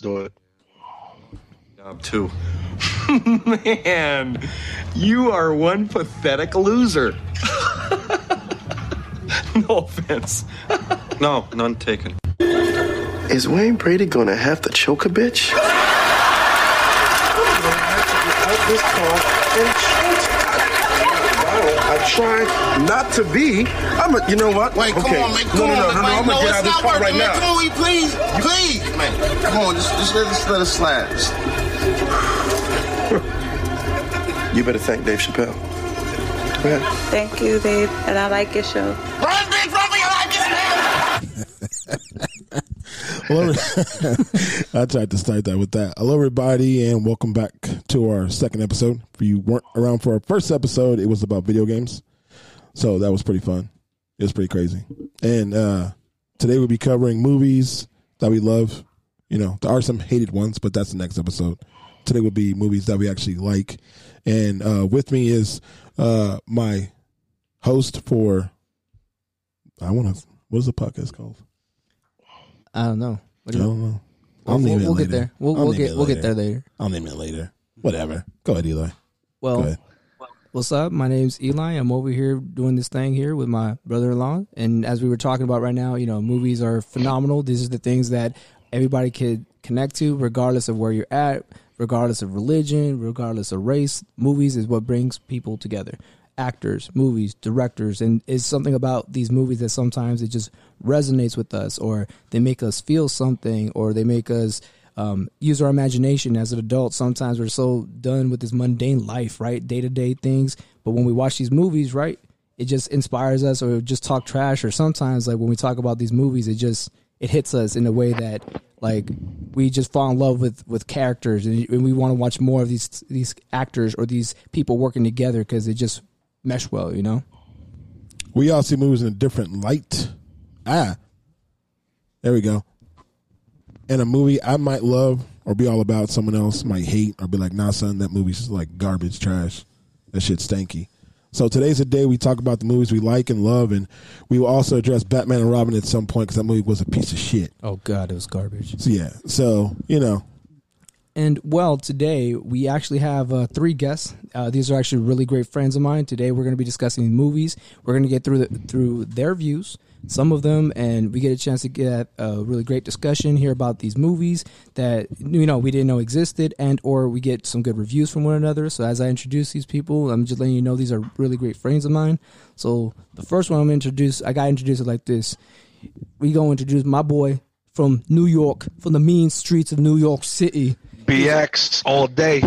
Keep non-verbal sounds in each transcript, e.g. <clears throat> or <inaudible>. do it. Job two. <laughs> Man, you are one pathetic loser. <laughs> no offense. no, none taken. Is Wayne Brady gonna have to choke a bitch? this car and choke. I, I try not to be. I'm a, you know what? Wait, come okay. on, man. No, Come no, no, on, no, no, man. I'm gonna No, get it's out of this not car working, right man. now. Come on, we please, please, man. Come on, just, just let us let us slide. Just- You better thank Dave Chappelle. Go ahead. Thank you, Dave, and I like your show. Run, bitch, run for your life, get out. Hello, <laughs> I tried to start that with that. Hello, everybody, and welcome back to our second episode. If you weren't around for our first episode, it was about video games, so that was pretty fun. It was pretty crazy. And uh, today we'll be covering movies that we love. You know, there are some hated ones, but that's the next episode. Today will be movies that we actually like. And uh, with me is uh, my host for I want to. What is the podcast called? I don't know. What do I you- don't know. We'll, I'll name we'll- it we'll later. get there. We'll, I'll we'll name get it we'll get later. there later. I'll name it later. Whatever. Go ahead, Eli. Go Well, ahead. what's up? My name's Eli. I'm over here doing this thing here with my brother-in-law, and as we were talking about right now, you know, movies are phenomenal. These are the things that everybody could connect to, regardless of where you're at, regardless of religion, regardless of race. Movies is what brings people together. Actors, movies, directors, and it's something about these movies that sometimes it just resonates with us, or they make us feel something, or they make us um, use our imagination as an adult. Sometimes we're so done with this mundane life, right? Day to day things. But when we watch these movies, right, it just inspires us or just talk trash. Or sometimes, like when we talk about these movies, it just it hits us in a way that like we just fall in love with with characters and, and we want to watch more of these these actors or these people working together because they just mesh well, you know. We all see movies in a different light. Ah. There we go. And a movie I might love or be all about, someone else might hate or be like, nah, son, that movie's just like garbage, trash. That shit's stanky. So today's the day we talk about the movies we like and love, and we will also address Batman and Robin at some point because that movie was a piece of shit. Oh God, it was garbage. So yeah, so you <laughs> know, And well, today we actually have uh, three guests. Uh, these are actually really great friends of mine. Today we're going to be discussing movies. We're going to get through the, through their views, some of them, and we get a chance to get a really great discussion here about these movies that you know we didn't know existed, and or we get some good reviews from one another. So as I introduce these people, I'm just letting you know these are really great friends of mine. So the first one I'm introduced, I got introduced like this. We gonna introduce my boy from New York, from the mean streets of New York City BX all day,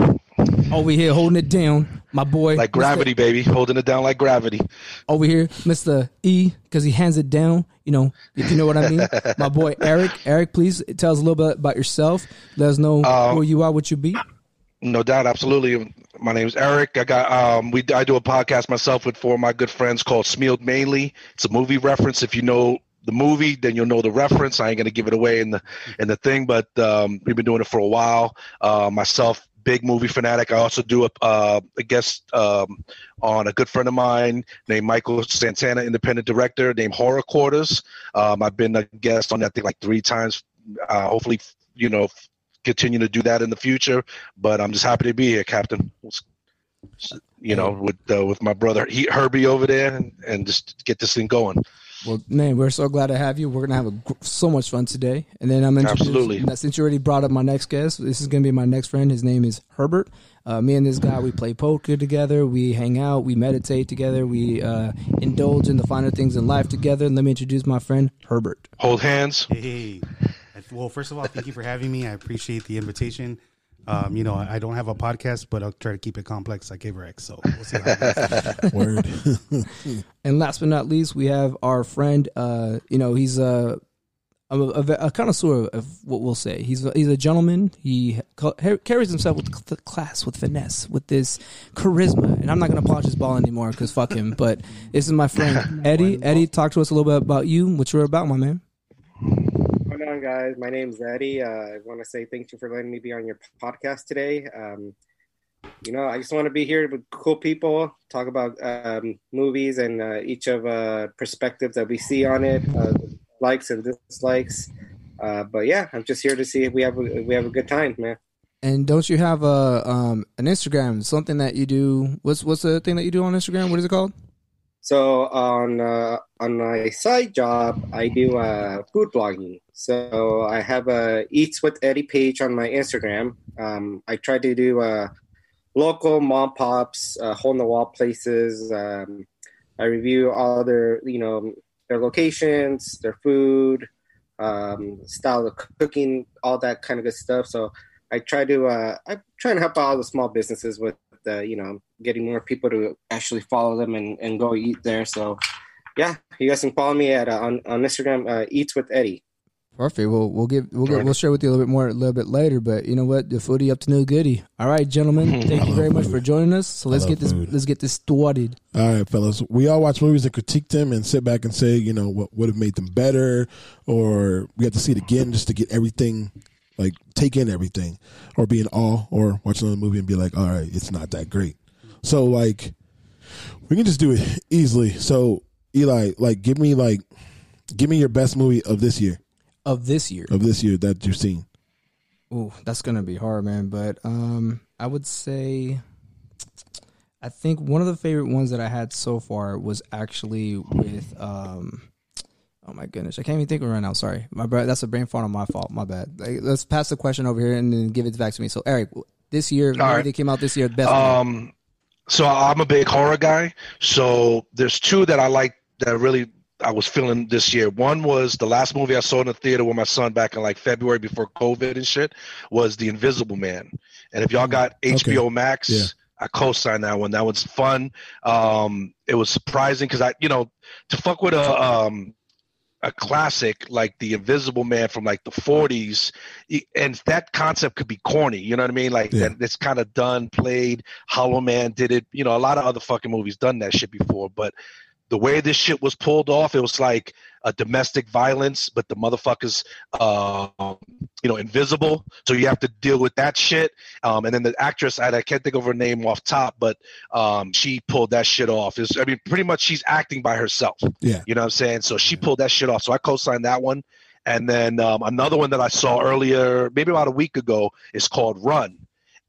over here holding it down, my boy. like gravity, baby, holding it down like gravity. Mr. over here, Mister E, because he hands it down. You know, if you know what I <laughs> mean. my boy Eric. Eric, please tell us a little bit about yourself. Let us know Uh, who you are, what you be. No doubt, absolutely. My name is Eric. I got um, we I do a podcast myself with four of my good friends called Smealed Mainly. It's a movie reference. If you know the movie, then you'll know the reference. I ain't gonna give it away in the in the thing, but um, we've been doing it for a while. Uh, myself, big movie fanatic. I also do a, uh, a guest um, on a good friend of mine named Michael Santana, independent director named Horror Quarters. Um, I've been a guest on that thing like three times. Uh, hopefully, you know. Continue to do that in the future but I'm just happy to be here, Captain. You know, with uh, with my brother he, Herbie over there, and, and just get this thing going. Well, man, we're so glad to have you. We're gonna have a, gr- so much fun today. And then I'm introduced- Absolutely. now, Since you already brought up my next guest, this is gonna be my next friend. His name is Herbert. Uh, me and this guy, we play poker together. We hang out. We meditate together. We uh, indulge in the finer things in life together. And let me introduce my friend Herbert. Hold hands. Hey, well, first of all, thank you for having me. I appreciate the invitation. Um, you know, I don't have a podcast, but I'll try to keep it complex like Averex. So we'll see how it goes. word. <laughs> And last but not least, we have our friend. Uh, you know, he's a a, a, a connoisseur of what we'll say. He's a, he's a gentleman. He ca- carries himself with cl- class, with finesse, with this charisma. And I'm not gonna punch his ball anymore because fuck him. But this is my friend Eddie. Eddie, talk to us a little bit about you, what you're about, my man. What's going on, guys? My name's Eddie. Uh, I want to say thank you for letting me be on your podcast today. Um, you know, I just want to be here with cool people, talk about um, <laughs> movies and uh, each of uh, perspectives that we see on it, uh, likes and dislikes. Uh, but yeah, I'm just here to see if we have a, if we have a good time, man. And don't you have a um, an Instagram? Something that you do? What's what's the thing that you do on Instagram? What is it called? So on uh, on my side job, I do uh, food blogging. So I have a Eats with Eddie page on my Instagram. Um, I try to do uh, local mom pops, uh, hole in the wall places. Um, I review all their you know their locations, their food, um, style of cooking, all that kind of good stuff. So I try to uh, I'm trying to help all the small businesses with the you know getting more people to actually follow them and, and go eat there. So yeah, you guys can follow me at uh, on on Instagram uh, Eats with Eddie. Perfect. We'll we'll give we'll get, we'll share with you a little bit more a little bit later. But you know what, the foodie up to no goody. All right, gentlemen, thank you very much for joining us. So let's love get this food. let's get this started. All right, fellas, we all watch movies and critique them and sit back and say, you know, what would have made them better, or we have to see it again just to get everything, like take in everything, or be in awe, or watch another movie and be like, all right, it's not that great. So like, we can just do it easily. So Eli, like, give me like, give me your best movie of this year, Of this year, of this year that you've seen. Ooh, that's gonna be hard, man. But um, I would say, I think one of the favorite ones that I had so far was actually with um, oh my goodness, I can't even think of it right now. Sorry, my bro, that's a brain fart on my fault. My bad. Like, let's pass the question over here and then give it back to me. So Eric, this year, maybe right. they came out this year best. Um, so I'm a big horror guy. So there's two that I like that really I was feeling this year. One was the last movie I saw in the theater with my son back in like February before COVID and shit was The Invisible Man. And if y'all got HBO Max, Mm, Yeah. I co-signed that one. That one's fun. Um, it was surprising because I, you know, to fuck with a um, a classic like The Invisible Man from like the 40s, y- and that concept could be corny. You know what I mean? Like Yeah. that, it's kind of done, played. Hollow Man did it. You know, a lot of other fucking movies done that shit before, but the way this shit was pulled off, it was like a domestic violence, but the motherfuckers, uh, you know, invisible. So you have to deal with that shit. Um, and then the actress, I, I can't think of her name off top, but um, she pulled that shit off. It's, I mean, pretty much she's acting by herself. Yeah. You know what I'm saying? So she pulled that shit off. So I co-signed that one. And then um, another one that I saw earlier, maybe about a week ago, is called Run.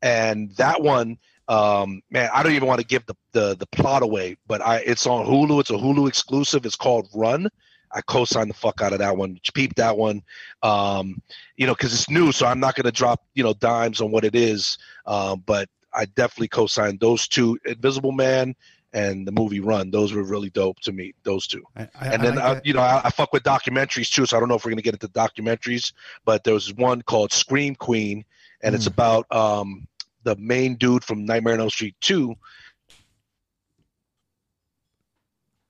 And that one, um, man, I don't even want to give the, the the plot away, but I it's on Hulu. It's a Hulu exclusive. It's called Run. I co-signed the fuck out of that one. Peep that one, um, you know, because it's new, so I'm not gonna drop you know dimes on what it is. Um, but I definitely co-signed those two, Invisible Man and the movie Run. Those were really dope to me. Those two I, I, and I then like uh, that. you know I, I fuck with documentaries too so i don't know if we're going to get into documentaries but there was one called scream queen and it's about um, the main dude from nightmare on elm street 2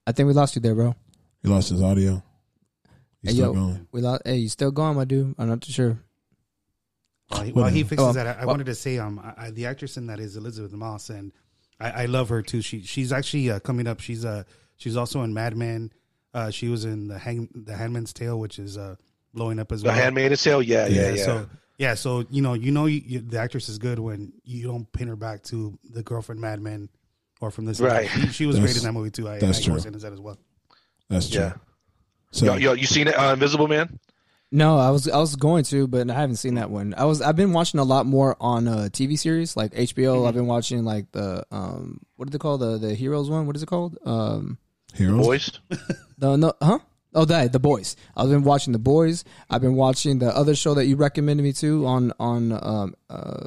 I think we lost you there, bro. He lost his audio. He's Hey, yo. still going. We lost. Hey, you still going, my dude? I'm not too sure. While he, while he Whatever. fixes Oh, that, I, I well- wanted to say um, I, I, the actress in that is Elizabeth Moss, and I, I love her too. She she's actually uh, coming up. She's uh she's also in Mad Men. Uh, she was in the hang the Handman's Tale, which is uh blowing up as the well. handmaid's tale yeah yeah yeah, So yeah, so you know you know you, you, the actress is good when you don't pin her back to the girlfriend Mad Men or from this. Right. She, she was That's- great in that movie too. I, that's I true. was in that as well. That's true. Yeah. So Yo, yo, you seen it uh, invisible man No, I was I was going to, but I haven't seen that one. I was I've been watching a lot more on uh, TV series like HBO. I've been watching like the um what did they call the the heroes one? What is it called? Um heroes. boys the no huh oh that the boys. I've been watching the boys. I've been watching the other show that you recommended me to on on um uh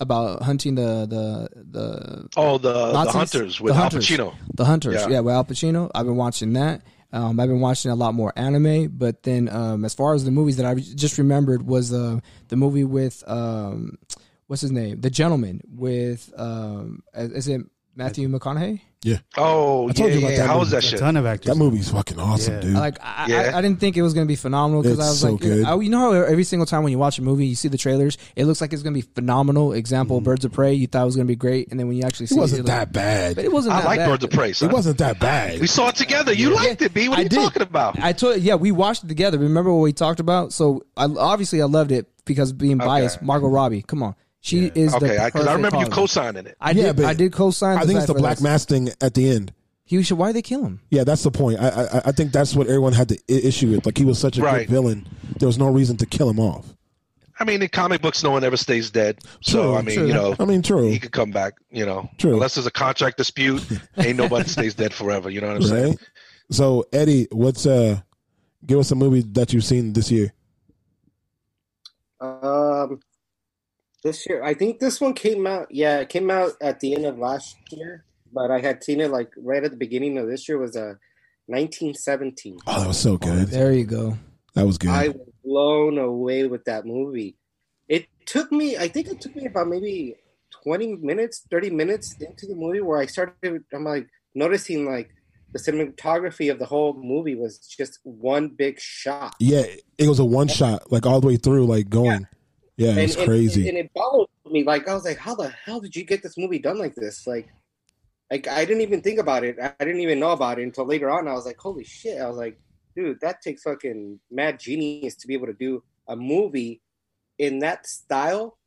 about hunting the the the oh the, the Nazis? hunters The with Hunters. al pacino The Hunters. Yeah. Yeah. with Al Pacino. I've been watching that. Um, I've been watching a lot more anime, but then um, as far as the movies that I just remembered was uh, the movie with um, what's his name, The Gentleman, with um, is it Matthew McConaughey? Yeah. oh I told yeah, you about yeah. that how movie. was that A shit ton of actors. That movie's fucking awesome, Yeah. dude. Like I, Yeah. I, I didn't think it was gonna be phenomenal because It's I was so like, you know- good. I- you know how every single time when you watch a movie, you see the trailers, it looks like it's gonna be phenomenal. Example, Birds of Prey, you thought it was gonna be great, and then when you actually see Mm. it wasn't you're like- that bad. but it wasn't. i that like bad. birds of prey It son. wasn't that bad. we saw it together you liked it b what are I you did. talking about I told yeah, we watched it together. Remember what we talked about? So I, obviously I loved it because being biased, Margot Robbie. Come on, she is okay the because perfect I, remember you Harley. co-signing it I Yeah, did. but I did co-sign. I think it's the black mass thing at the end. He should. Why they kill him? Yeah, that's the point. I I, I think that's what everyone had the i- issue with. Like he was such a Right. good villain, there was no reason to kill him off. I mean, in comic books, no one ever stays dead. So True, I mean, true. you know, I mean, true, he could come back. You know, True. unless there's a <laughs> contract dispute, ain't nobody stays dead forever. You know what I'm saying? right? So Eddie, what's uh, give us a movie that you've seen this year? Um, this year, I think this one came out. Yeah, it came out at the end of last year, but I had seen it like right at the beginning of this year. Was uh, a 1917. Oh, that was so good. There you go. That was good. I was blown away with that movie. It took me, I think it took me about maybe 20 minutes, 30 minutes into the movie where I started, I'm like noticing like the cinematography of the whole movie was just one big shot. yeah, it was a one shot, like all the way through, like going. Yeah, it was crazy. And, it followed me. Like, I was like, how the hell did you get this movie done like this? Like, like I didn't even think about it. I I didn't even know about it until later on. I was like, holy shit. I was like, dude, that takes fucking mad genius to be able to do a movie in that style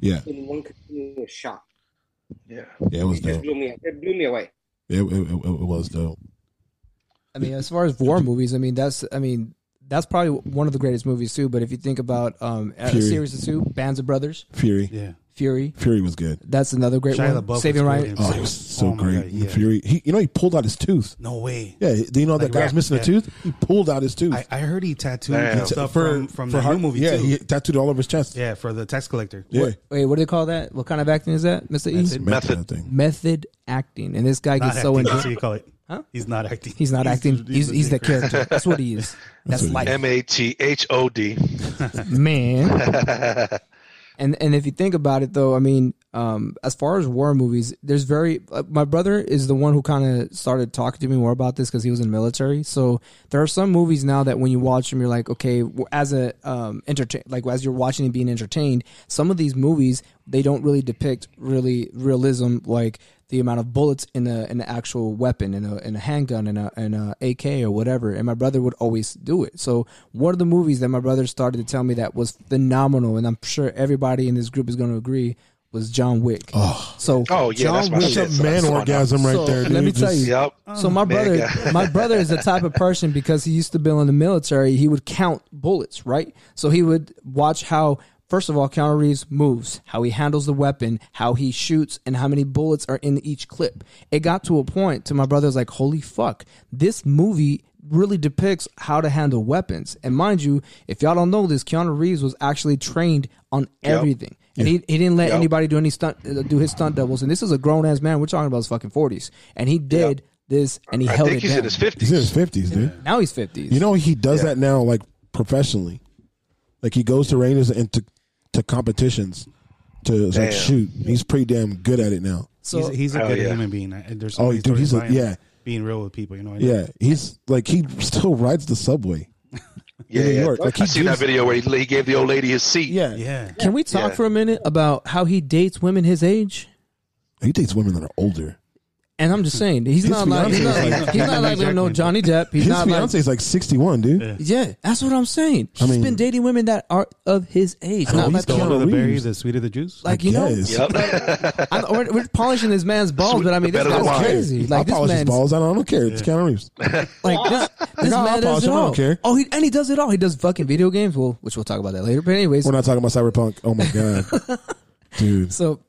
yeah, in one continuous shot. Yeah. yeah, it was It just dope. blew me, it blew me away. It, it, it, it was dope. I mean, as far as war movies, I mean that's I mean that's probably one of the greatest movies too. But if you think about um, a Fury. series of two, Bands of Brothers, Fury, Yeah. Fury, Fury was good. that's another great Shia one. LaBeouf Saving was Ryan, brilliant. Oh, it was so Oh my great. God, yeah. Fury, he, you know, he pulled out his tooth. No way. Yeah, do you know that Like guy rap, was missing a yeah. tooth? He pulled out his tooth. I, I heard he tattooed Damn. and stuff For- from, from for the Hard- new movie yeah, too. he tattooed all over his chest. yeah, for the tax collector. Yeah, Wait, what do they call that? What kind of acting is that, Mister E? That's it. Method. Method. thing. Method acting, and this guy Not gets acting. so that's into what you call it. Huh? He's not acting. He's not acting. He's he's the the character. character. That's what he <laughs> is. That's what life, M A T H O D. man. <laughs> And and if you think about it, though, I mean, um, as far as war movies, there's very. Uh, my brother is the one who kind of started talking to me more about this because he was in the military. So there are some movies now that when you watch them, you're like, okay, w- as a um, entertain, like as you're watching and being entertained, some of these movies they don't really depict really realism, like the amount of bullets in a an actual weapon, in a in a handgun, in a in a AK or whatever. And my brother would always do it. So one of the movies that my brother started to tell me that was phenomenal, and I'm sure everybody in this group is going to agree was John Wick. Oh, so Oh, yeah, that's my John That's shit. Wick. a so man that's orgasm right So, there. let dude. me tell Just- you. Yep. So my brother, Mega. my brother is the type of person because he used to be in the military. He would count bullets, right? So he would watch how, first of all, Keanu Reeves moves, how he handles the weapon, how he shoots, and how many bullets are in each clip. It got to a point to my brother's like, holy fuck, this movie really depicts how to handle weapons. And mind you, if y'all don't know this, Keanu Reeves was actually trained on everything. And he, he didn't let anybody do any stunt uh, do his stunt doubles. And this is a grown ass man. We're talking about his fucking forties. And he did this and he I held think it he's down. in his He's in his fifties, fifties. dude. now he's fifties. You know he does that now, like professionally. Like he goes to Rangers and to, to competitions to like Damn. shoot. He's pretty damn good at it now. so he's, he's a Hell good yeah. human being. I- There's so Oh, many dude, he's stories a- by him yeah. being real with people. You know, I know. Yeah, he's like he still rides the subway. Yeah, New yeah. York. Like, he I seen that gives- video where he, he gave the old lady his seat. Yeah, yeah. can we talk Yeah. for a minute about how he dates women his age? he takes women that are older. And I'm just saying, he's His not like he's not fiance is like, he's not like Jackman. no Johnny Depp. He's His not like fiance is like sixty one, dude. Yeah. yeah, that's what I'm saying. He's mean- been dating women that are of his age. Not he's like The Keanu older the berry, Reeves. the sweeter the juice. like you know, Yes. <laughs> Yep. I know, we're, we're polishing this man's balls, Sweet, but I mean, the this better the guy's wine. crazy. Like I'll polish this his man's balls. I don't, I don't care. It's Keanu Reeves. like <laughs> this, this No, I'll man does polish it him. I all. don't care. Oh, he, and he does it all. He does fucking video games. Well, which we'll talk about that later. But anyways, We're not talking about cyberpunk. Oh my <laughs> god, dude. so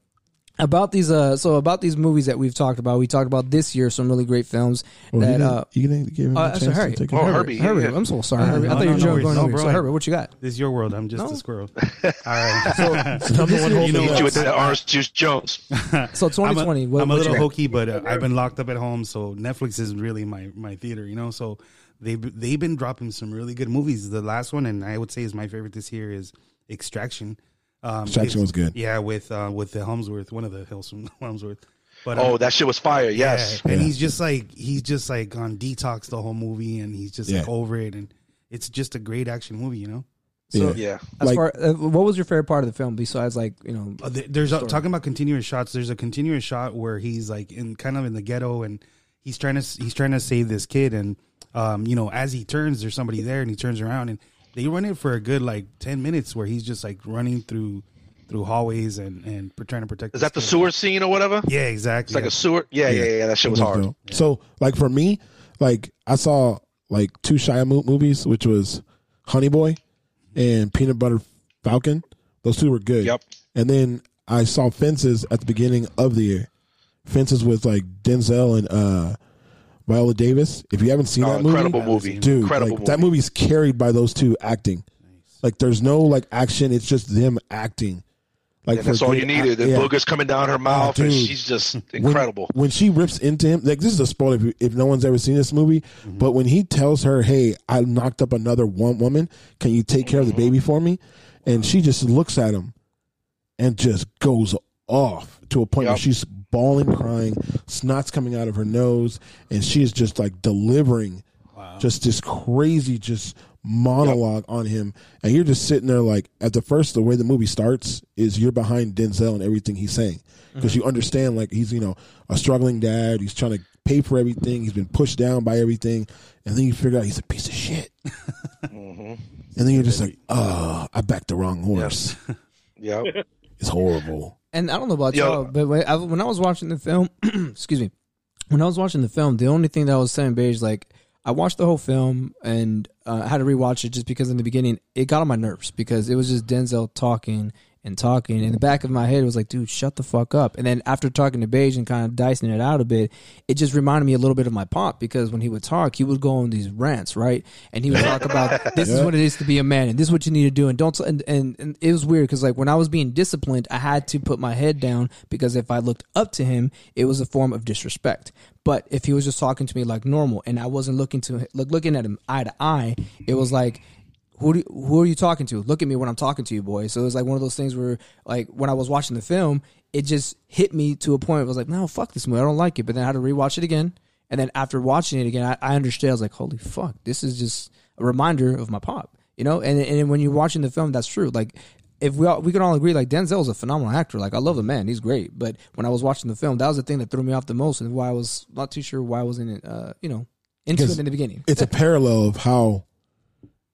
about these uh, so about these movies that we've talked about, we talked about this year some really great films Well, you that. didn't- uh, you didn't give him uh, a chance so Harry, to take Oh, it. Herbie, Herbie, yeah. I'm so sorry, Herbie. I no, thought you no, were going no worries. over. No, you. bro. So, Herbie, what you got? This is your world. I'm just No. this girl. All right. <laughs> So, Number one You holder. know Hit you what? with that orange juice <laughs> Jones. So I'm 2020. a, what, I'm a what little you got? hokey, but uh, I've been locked up at home, so Netflix is really my my theater, you know. So they've they've been dropping some really good movies. The last one, and I would say is my favorite this year, is Extraction. Um, Extraction it's- was good. Yeah, with uh, with the Helmsworth, one of the Hels- <laughs> Helmsworth. But um, Oh, that shit was fire. yeah, Yes. and he's just like he's just like on detox the whole movie, and he's just like Yeah. over it, and it's just a great action movie, you know. Yeah. Yeah. As Like- far, uh, what was your favorite part of the film besides like you know? Uh, th- there's a, talking about continuous shots. There's a continuous shot where he's like in kind of in the ghetto and he's trying to s- he's trying to save this kid and um you know as he turns there's somebody there and he turns around and they run it for a good like 10 minutes where he's just like running through through hallways and and trying to protect. Is that the sewer scene or whatever? Yeah, exactly. It's like a sewer. Yeah, yeah, yeah. That shit was hard. So like for me, like I saw like two Shia mo- movies, which was Honey Boy and Peanut Butter Falcon. Those two were good. Yep. And then I saw Fences at the beginning of the year. Fences with like Denzel and uh Viola Davis. If you haven't seen Oh, that movie, incredible movie. dude, Incredible like, that movie's carried by those two acting. Like there's no like action; it's just them acting. Like And that's for all good you needed. act- The yeah. Oh, booger's coming down her mouth, and dude. she's just When- incredible. When, she rips into him, like this is a spoiler if, you- if no one's ever seen this movie. But when he tells her, "Hey, I knocked up another one woman. Can you take care of the baby for me?" and she just looks at him and just goes off to a point where Yep. she's bawling, crying, snot's coming out of her nose, and she is just like delivering just this crazy just monologue on him. And you're just sitting there like at the first the way the movie starts is you're behind Denzel and everything he's saying. Because you understand like he's, you know, a struggling dad, he's trying to pay for everything, he's been pushed down by everything, and then you figure out he's a piece of shit. And then you're just like, oh, I backed the wrong horse. Yeah, <laughs> It's horrible. And I don't know about Yo. y'all, but when I, when I was watching the film, <clears throat> excuse me, when I was watching the film, the only thing that I was saying, beige, like I watched the whole film and uh, I had to rewatch it just because in the beginning it got on my nerves because it was just Denzel talking and talking. In the back of my head, it was like, dude, shut the fuck up. And then after talking to Beige and kind of dicing it out a bit, it just reminded me a little bit of my pop because when he would talk, he would go on these rants, right? And he would talk about this is what it is to be a man and this is what you need to do and don't t- and, and, and it was weird because like when i was being disciplined i had to put my head down because if i looked up to him it was a form of disrespect but if he was just talking to me like normal and i wasn't looking to like looking at him eye to eye it was like who do, who are you talking to? Look at me when I'm talking to you, boy. So it was like one of those things where, like, when I was watching the film, it just hit me to a point. Where I was like, no, fuck this movie. I don't like it. But then I had to rewatch it again. And then after watching it again, I, I understood. I was like, holy fuck, this is just a reminder of my pop, you know. And and when you're watching the film, that's true. Like, if we all, we can all agree, like Denzel is a phenomenal actor. Like, I love the man; he's great. But when I was watching the film, that was the thing that threw me off the most, and why I was not too sure why I wasn't, uh, you know, into Because it in the beginning. It's a parallel of how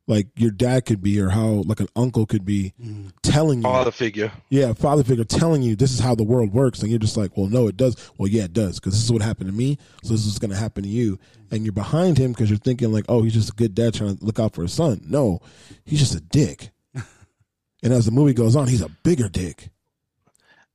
like your dad could be or how like an uncle could be telling you father figure. yeah father figure telling you this is how the world works and you're just like well no it does well yeah it does because this is what happened to me so this is what's going to happen to you and you're behind him because you're thinking like oh he's just a good dad trying to look out for his son no he's just a <laughs> dick and as the movie goes on he's a bigger dick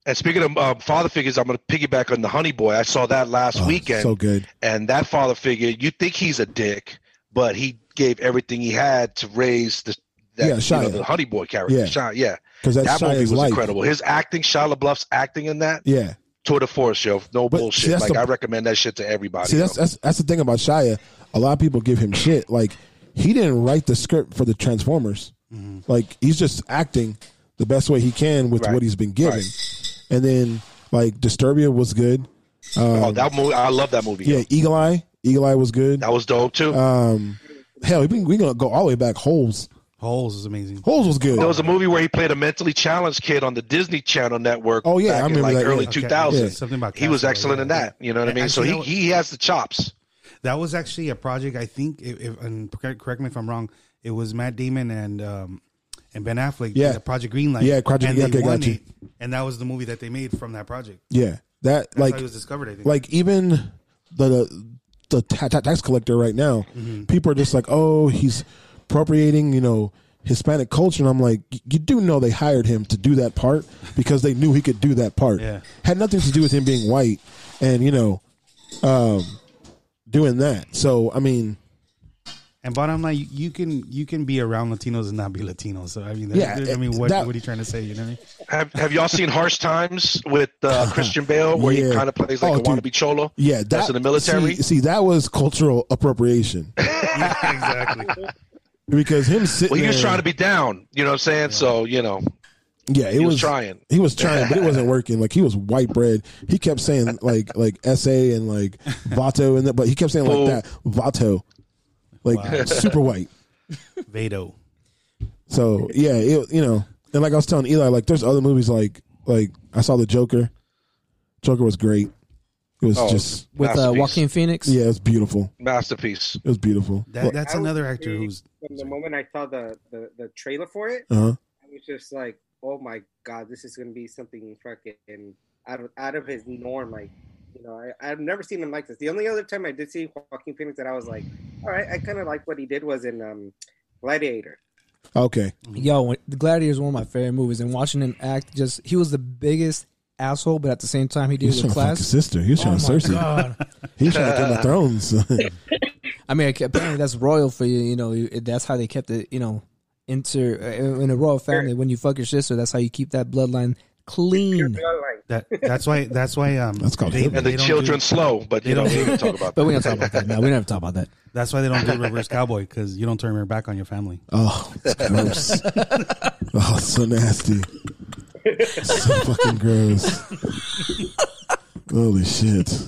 And speaking of um, father figures, I'm going to piggyback on the Honey Boy. I saw that last Oh, weekend. so good and that father figure, you think he's a dick, but he gave everything he had to raise the Yeah, that, you know, Shia. the honey boy character. Yeah. Yeah, yeah. because that's that movie Shia's was life incredible. His acting, Shia LaBeouf's acting in that, yeah tour de force, yo, no But see, bullshit. that's like the- I recommend that shit to everybody. See, that's, yo. that's that's the thing about Shia. A lot of people give him shit. Like he didn't write the script for the Transformers. Like he's just acting the best way he can with Mm-hmm. Right. what he's been given. And then like Disturbia was good. oh, that movie, I love that movie. yo. uh, Yeah, Uh, Eagle Eye. Eagle Eye was good. that was dope too. Hell, we we gonna go all the way back. Holes. Holes is amazing. Holes was good. there was a movie where he played a mentally challenged kid on the Disney Channel network. Oh, yeah, back I remember in like that, yeah. early Okay, two thousand. yeah. Something about he was Castaway, excellent in yeah. that. You know what I And mean? So actually, he, that was- he has the chops. That was actually a project I think, if, if, and correct correct me if I'm wrong, it was Matt Damon and um, and Ben Affleck. Yeah. the Project Greenlight. Yeah, Project- and yeah, okay, got you. it, and that was the movie that they made from that project. yeah, that That's like how it was discovered. I think. like even the the ta- ta- tax collector right now, people are just like, oh, he's appropriating, you know, Hispanic culture, and I'm like, y- you do know they hired him to do that part because they knew he could do that part. Yeah. had nothing to do with him being white, and you know, um, doing that. So I mean, and bottom line, you, you can you can be around Latinos and not be Latino. So I mean, that, Yeah, I mean, what that- what are you trying to say? You know what I mean? Have Have y'all seen Harsh Times with <laughs> uh, Christian Bale, where Yeah. he kind of plays like Oh, a dude. wannabe cholo? yeah, that, that's in the military. See, see, that was cultural appropriation <laughs> exactly. because him sitting. well, he was there- trying to be down. You know what I'm saying? So you know, Yeah, it He was, was trying. He was trying, but it wasn't working. Like he was white bread. He kept saying like like SA and like Vato and that, but he kept saying Fool. like that Vato, like super white. Vado. So yeah, it, you know, and like I was telling Eli, like there's other movies like like I saw the Joker. Joker was great. It was Oh, just With uh, masterpiece. Joaquin Phoenix, yeah, it was beautiful. masterpiece. It was beautiful. That, that's I was another actor intrigued who's From the moment I saw the, the, the trailer for it, uh huh. I was just like, oh my god, this is gonna be something fucking out of out of his norm. Like, you know, I, have never seen him like this. The only other time I did see Joaquin Phoenix that I was like, all right, I kind of like what he did was in um, Gladiator. Okay, Mm-hmm. yo, when, the Gladiator is one of my favorite movies, and watching him act, just he was the biggest asshole, but at the same time, he did He's the trying to fuck class. his sister. He was Oh trying to my Cersei. God. He was trying to Game of Thrones. <laughs> I mean, apparently that's royal for you. You know, you- that's how they kept it. You know, inter uh, in a royal family. When you fuck your sister, that's how you keep that bloodline Hmm. clean. That that's why that's why um that's called they, hip. they and the don't children do, slow, but you they know don't we do- don't talk about But that. we don't talk about that. No, we never talk about that. that's why they don't do reverse cowboy because you don't turn your back on your family. oh, it's gross. oh, it's so nasty. So fucking gross. Holy shit.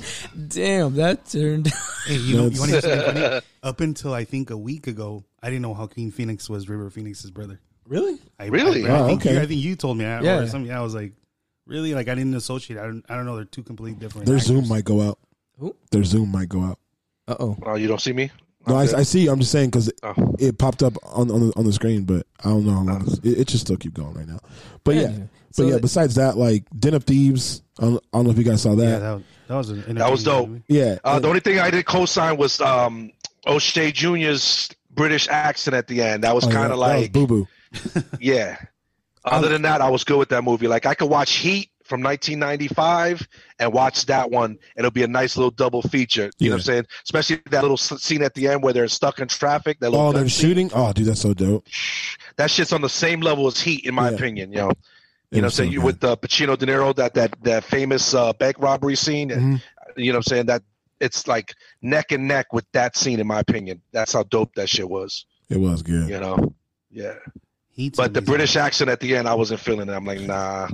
Damn, that turned. Hey, you, know, That's- you want to hear <laughs> something funny? Up until I think a week ago, I didn't know Joaquin Phoenix was River Phoenix's brother. really? I, Really? I, I Oh, think okay. you, I think you told me. I, Yeah. Or something. I was like, really? Like I didn't associate. I don't. I don't know. They're two completely different. Their actors. Zoom might go out. Who? Their Zoom might go out. Uh oh. Oh, you don't see me? No, I, Okay. I see. I'm just saying because Oh. it popped up on on the, on the screen, but I don't know how long it's- it, it should still keep going right now. But yeah, Yeah. but So yeah. the- Besides that, like Den of Thieves. I don't, I don't know if you guys saw Yeah, that. that, was- that was an That was dope. entertaining Yeah, Uh, the only thing I did co-sign was um, O'Shea Junior's British accent at the end. Oh, That was kind of like, Boo Boo. yeah. Oh. Other than that, I was good with that movie. Like I could watch Heat from 1995 and watch that one, and it'll be a nice little double feature. You know what I'm saying? Especially that little s- scene at the end where they're stuck in traffic. That little Oh, they're gun scene. shooting. Oh, dude, that's so dope. that shit's on the same level as Heat, in my Yeah. opinion. It Yo, you know, what I'm was saying so you good. with uh, Pacino, De Niro, that that that famous uh, bank robbery scene, and Mm-hmm. you know, what I'm saying that it's like neck and neck with that scene, in my opinion. That's how dope that shit was. It was good. You know, yeah. Heat's But the amazing. British accent at the end, I wasn't feeling it. I'm like, nah,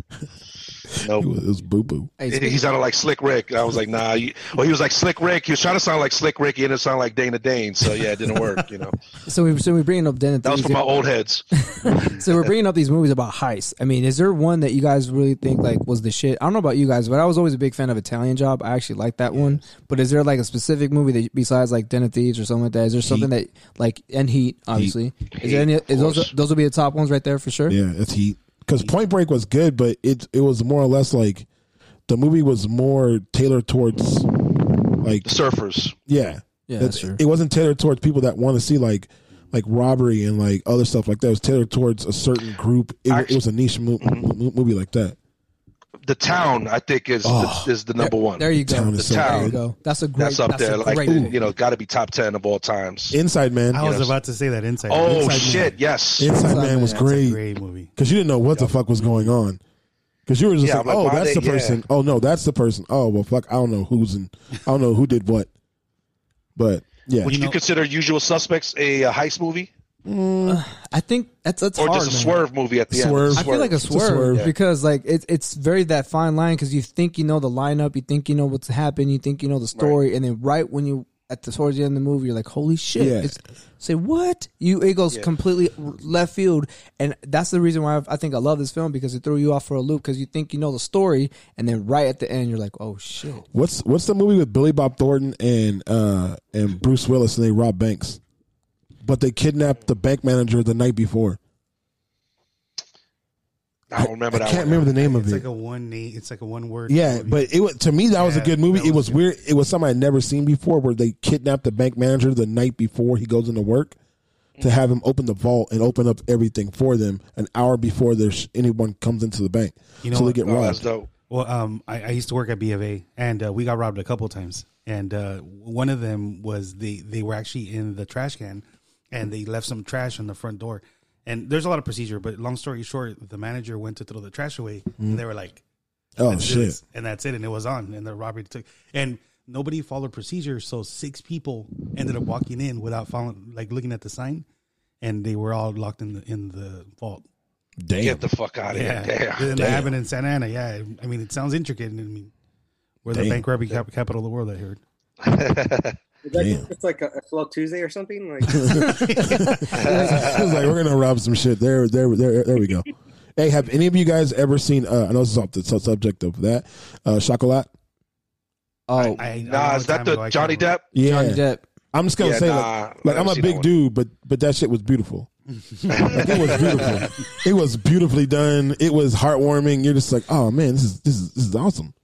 It nope. was, it was Boo Boo. Hey, He speak- he sounded like Slick Rick. I was like, nah. You, well, he was like Slick Rick. He was trying to sound like Slick Rick. He didn't sound like Dana Dane. So yeah, it didn't work. <laughs> You know, so we so we're bringing up Den of that was Thieves. for my old heads. So we're bringing up these movies about heists. I mean, is there one that you guys really think like was the shit? I don't know about you guys, but I was always a big fan of Italian Job. I actually liked that one. But is there like a specific movie that besides like Den of Thieves or something like that? Is there something that like and Heat obviously? Is there any? Heat, of Is those course. those will be the top ones right there for sure. Yeah, it's Heat. Because Point Break was good, but it it was more or less like the movie was more tailored towards like The surfers. Yeah, Yeah, That's- that's true. It wasn't tailored towards people that want to see like like robbery and like other stuff like that. It was tailored towards a certain group. It, wa- it was a niche mo- mo- movie like that. The town, I think, is Oh. is the number one. There you go. Town is so there you good. go. That's a great. that's up a there. Like great movie. you know, got to be top ten of all times. Inside Man. I was Yes. about to say that inside. oh Inside shit! Man. Yes. Inside, Inside Man Man, was That's a great great movie. because you didn't know what the fuck was going on. Because you were just Yeah, like, I'm like, oh, why that's they- the person. yeah. Oh no, that's the person. Oh well, fuck. I don't know who's in. I don't know who did what. But yeah, Would you, know- consider Usual Suspects a, uh heist movie I think that's that's or hard. just a man. swerve movie at the Swerve. end? I feel like a It's a swerve, swerve. Yeah. because like it's it's very that fine line because you think you know the lineup, you think you know what's happened, you think you know the story, and then right when you at the towards the end of the movie, you're like, holy shit! Yeah. It's, say what? You it goes completely left field, and that's the reason why I've- I think I love this film because it threw you off for a loop because you think you know the story, and then right at the end, you're like, oh shit! what's what's the movie with Billy Bob Thornton and uh and Bruce Willis and they rob banks, but they kidnapped the bank manager the night before. I don't remember I that. can't one. remember the name It's of it. like a one name. It's like a one word. Yeah, but it was, to me that was a Yeah, good movie. that it was was weird. It was something I'd never seen before, where they kidnap the bank manager the night before he goes into work to have him open the vault and open up everything for them an hour before there's anyone comes into the bank. You know so they what? get Oh, that's robbed. dope. Well, um, I, I used to work at B of A, and uh, we got robbed a couple times. And uh, one of them was they they were actually in the trash can, and they left some trash on the front door. And there's a lot of procedure, but long story short, the manager went to throw the trash away, Mm. and they were like, Oh "That's shit! it." And that's it, and it was on, and the robbery took, and nobody followed procedure, so six people ended up walking in without following, like looking at the sign, and they were all locked in the in the vault. Damn. Get the fuck out of Yeah, here! Damn. <laughs> And that happened in Santa Ana. Yeah, I mean, it sounds intricate. and I mean, we're the Damn. bank robbery cap- capital of the world. I heard. Is that Damn. just like a, a slow Tuesday or something? <laughs> Like I was like, we're gonna rob some shit. There, there, there, there we go. hey, have any of you guys ever seen? Uh, I know this is off the su- subject of that. Uh, Chocolat. Oh, I, I don't know Nah, what is that time the ago I Johnny came over. Depp? Yeah, Johnny Depp. I'm just gonna Yeah, say, like- nah, like, I I'm haven't a seen that big one. dude, but but that shit was beautiful. like, it was <laughs> beautiful. It was beautifully done. It was heartwarming. You're just like, oh man, this is this is this is awesome.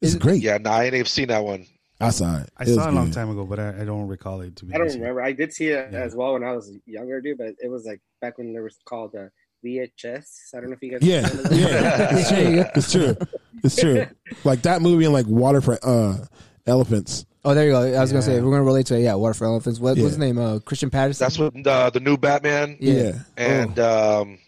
It's great. Yeah, no, I ain't even seen that one. I saw it. I It was saw it a long good. time ago, but I, I don't recall it to be. I don't honest with you. remember. I did see it as well when I was younger, dude. But it was like back when there was called uh, VHS. I don't know if you guys. Yeah, remember that. yeah, it's <laughs> <laughs> true. It's true. It's true. Like that movie and like Water for uh, Elephants. <laughs> Oh, there you go. I was gonna say if we're gonna relate to it, yeah, Water for Elephants. What, What's his name? Uh, Christian Patterson. That's what uh, the new Batman yeah. Yeah, Oh. and um,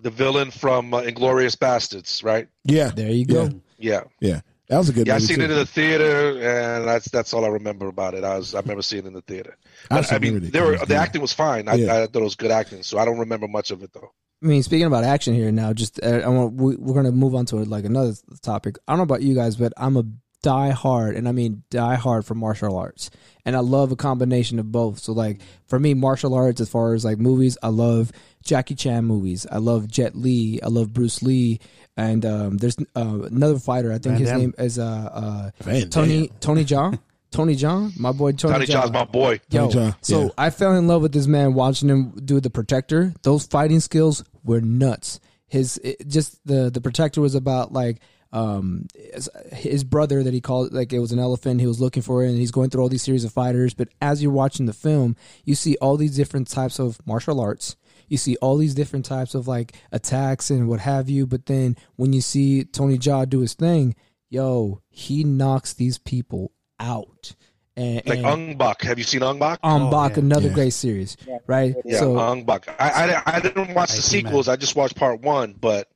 the villain from uh, Inglorious Bastards, right? yeah, There you go. Yeah. Yeah, yeah. That was a good. yeah. I movie seen too. it in the theater, and that's that's all I remember about it. I was I remember seeing it in the theater. I, I mean, there were, the acting was fine. I, Yeah. I thought it was good acting, so I don't remember much of it though. I mean, speaking about action here now, just uh, I want we, we're gonna move on to like another topic. I don't know about you guys, but I'm a die hard, and I mean die hard for martial arts, and I love a combination of both. So like for me, martial arts as far as like movies, I love Jackie Chan movies. I love Jet Li. I love Bruce Lee, and um, there's uh, another fighter. I think Van his Damme. name is uh, uh, Van Tony Tony John. Tony John, my boy Tony, Johnny John. John's my boy. Yo, Tony Jaa, so yeah. I fell in love with this man watching him do the protector. Those fighting skills were nuts. His it, just the the protector was about like um his, his brother that he called like it was an elephant. He was looking for it, and he's going through all these series of fighters. But as you're watching the film, you see all these different types of martial arts. You see all these different types of like attacks and what have you. But then when you see Tony Jaa do his thing, yo, he knocks these people out. And, Like and- Ung Bak. Have you seen Ung Bak? on Um, Bach, yeah. another Yeah. great series, right? Yeah, so Ung Bak. I, I I didn't watch I the see, man. sequels. I just watched part one, but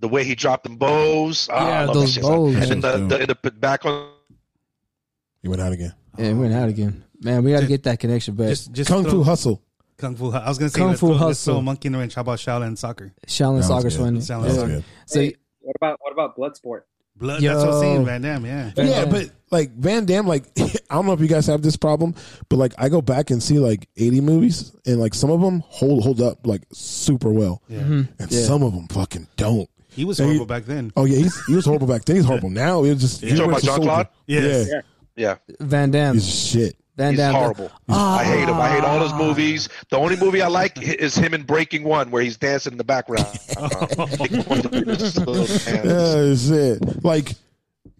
the way he dropped them bows, ah, I Yeah, love those that shit. bows, and then the, man. the, in the back on He went out again. yeah, it went out again. Man, we got to Just- get that connection, but Just, just Kung throw- Fu Hustle. Kung Fu. Hu- I was gonna say Kung let's Fu throw- let's Hustle. throw a monkey in the wrench. How about Shaolin soccer? Shaolin That Soccer was good. Swin. Shaolin That was Soccer. good. So What about what about Bloodsport? Blood. That's what I'm Yo. saying, Van Damme. Yeah. Van yeah, Damme. but like Van Damme, like <laughs> I don't know if you guys have this problem, but like I go back and see like eighty movies, and like some of them hold hold up like super well, and some of them fucking don't. He was And horrible back <laughs> then. Oh yeah, he's, he was horrible back then. He's horrible now. It was just You talking about Jean-Claude? Yes. Yeah, yeah. Van Damme, he's shit. Van He's Damme, horrible. Ah. I hate him. I hate all his movies. The only movie I like hi- is him in Breaking One, where he's dancing in the background. <laughs> he Yeah, shit. Like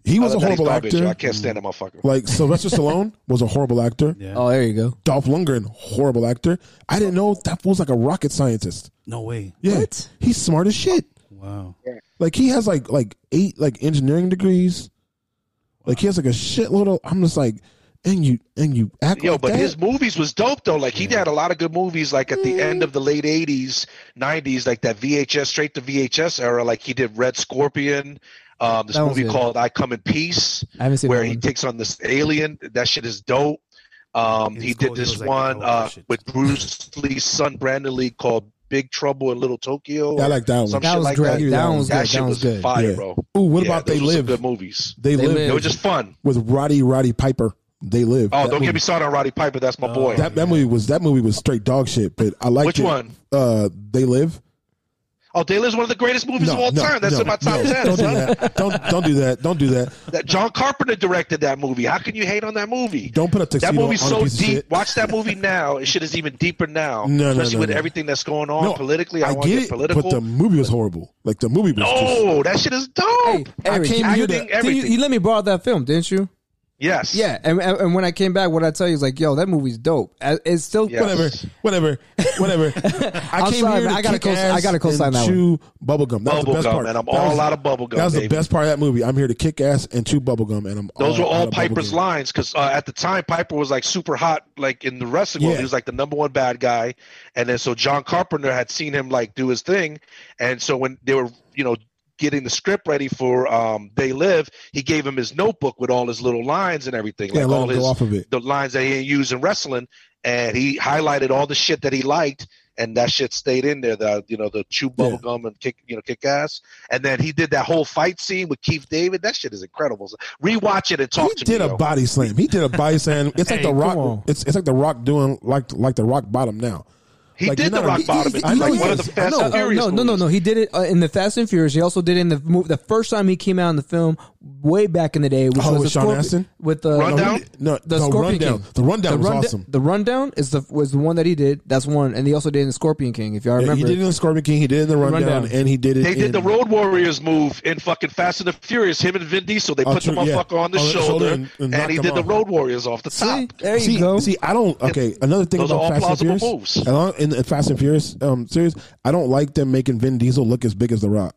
he was a horrible actor. I can't stand that motherfucker. Like Sylvester Stallone was a horrible actor. Yeah. Oh, there you go. Dolph Lundgren, horrible actor. I didn't know that fool's like a rocket scientist. No way. Yeah, What? he's smart as shit. Wow. Like he has like like eight like engineering degrees. Like he has like a shitload of. I'm just like, and you and you act Yo, like but that? his movies was dope though. Like he had a lot of good movies. Like at the end of the late '80s, '90s, like that VHS straight to VHS era. Like he did Red Scorpion. Um, this That one's movie good. called I Come in Peace, I haven't seen where that he one. takes on this alien. That shit is dope. Um, It's he cool. did He this was like, one oh, uh, shit. with Bruce Lee's son, Brandon Lee, called Big Trouble in Little Tokyo. I like that one. Some That shit was like great. that. That, one was that good. shit That was was good. fire, Yeah. bro. Ooh, what Yeah, about those They were some Live? Good movies. They, They live, Live. They were just fun. with Roddy Roddy Piper. They live. Oh, That don't get movie- me started on Roddy Piper. That's my boy. That that movie was that movie was straight dog shit. But I like Which one? Uh, they live. oh, They Live's one of the greatest movies of all time. That's no, in my no, top ten. Don't do son. that. Don't don't do that. Don't do that. That John Carpenter directed that movie. How can you hate on that movie? Don't put a tuxedo that movie's on a so piece of deep. shit. Watch that movie now. It shit is even deeper now, No, no, especially no, with no. everything that's going on politically. I, I want to get get it, political. but the movie was horrible. Like the movie was just no, that shit is dope. Hey, Eric, I came you, here did- to didn't you, everything. you let me borrow that film, didn't you? yes. Yeah, and, and and when I came back, what I tell you is like, yo, that movie's dope. I- It's still Yes. whatever, whatever, whatever. I <laughs> I'm came sorry, here man. to I gotta kick co- I ass gotta co-sign and that one. chew bubblegum. That was the Bubble best gum, part. and I'm That all was- out of bubble gum, That was the baby. best part of that movie. I'm here to kick ass and chew bubblegum, and I'm Those were uh, out all of Piper's bubblegum. lines because uh, at the time Piper was like super hot, like in the wrestling world. Yeah. He was like the number one bad guy, and then so John Carpenter had seen him like do his thing, and so when they were you know getting the script ready for um, They Live, he gave him his notebook with all his little lines and everything, Yeah, like let all him go his off of it. the lines that he didn't use in wrestling, and he highlighted all the shit that he liked, and that shit stayed in there. The you know the chew bubble gum and kick you know kick ass, and then he did that whole fight scene with Keith David. That shit is incredible. So Rewatch it and talk He to did me. a yo. body slam. He did a body slam. It's like Hey, the come rock. on. It's it's like the rock doing like like the rock bottom now. he like, you're did the not a- rock he- bottom. he- It's he like is. one of the I Fast know. and Uh, Furious. no, no, no, movies. no. He did it uh, in the Fast and Furious. He also did it in the mo- the first time he came out in the film way back in the day. Which Oh, was with the Sean Astin? With the Rundown? No, the no, Scorpion Rundown. King. The Rundown was Runda- awesome. The rundown is the was the one that he did. That's one, and he also did in the Scorpion King. If y'all Yeah, remember, he did it in Scorpion King. He did it in the rundown, Rundown. and he did it. They in, did the Road Warriors move in fucking Fast and the Furious. Him and Vin Diesel, they Oh, put the true, yeah. motherfucker on the On the shoulder shoulder, and- and, and knocked he him did the out. Road Warriors off the See, top. there you see, go. see, I don't. Okay, another thing Those are about all Fast and plausible Furious. moves. along- In the Fast and Furious um, series, I don't like them making Vin Diesel look as big as The Rock.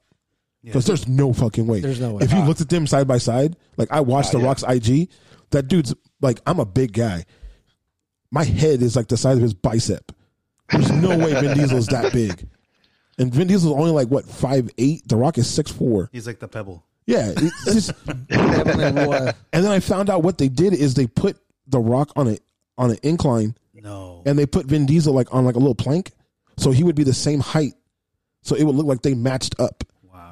Because there's no fucking way. There's no way. Uh-huh. Uh, If you looked at them side by side, like I watched The Rock's IG, that dude's like, I'm a big guy. My head is like the size of his bicep. There's no <laughs> way Vin Diesel's that big. And Vin Diesel's only like what five eight. The Rock is six four. He's like the pebble. Yeah, it's <laughs> just Definitely <laughs> was. And then I found out what they did is they put The Rock on a on an incline, No. and they put Vin Diesel like on like a little plank, so he would be the same height. So it would look like they matched up.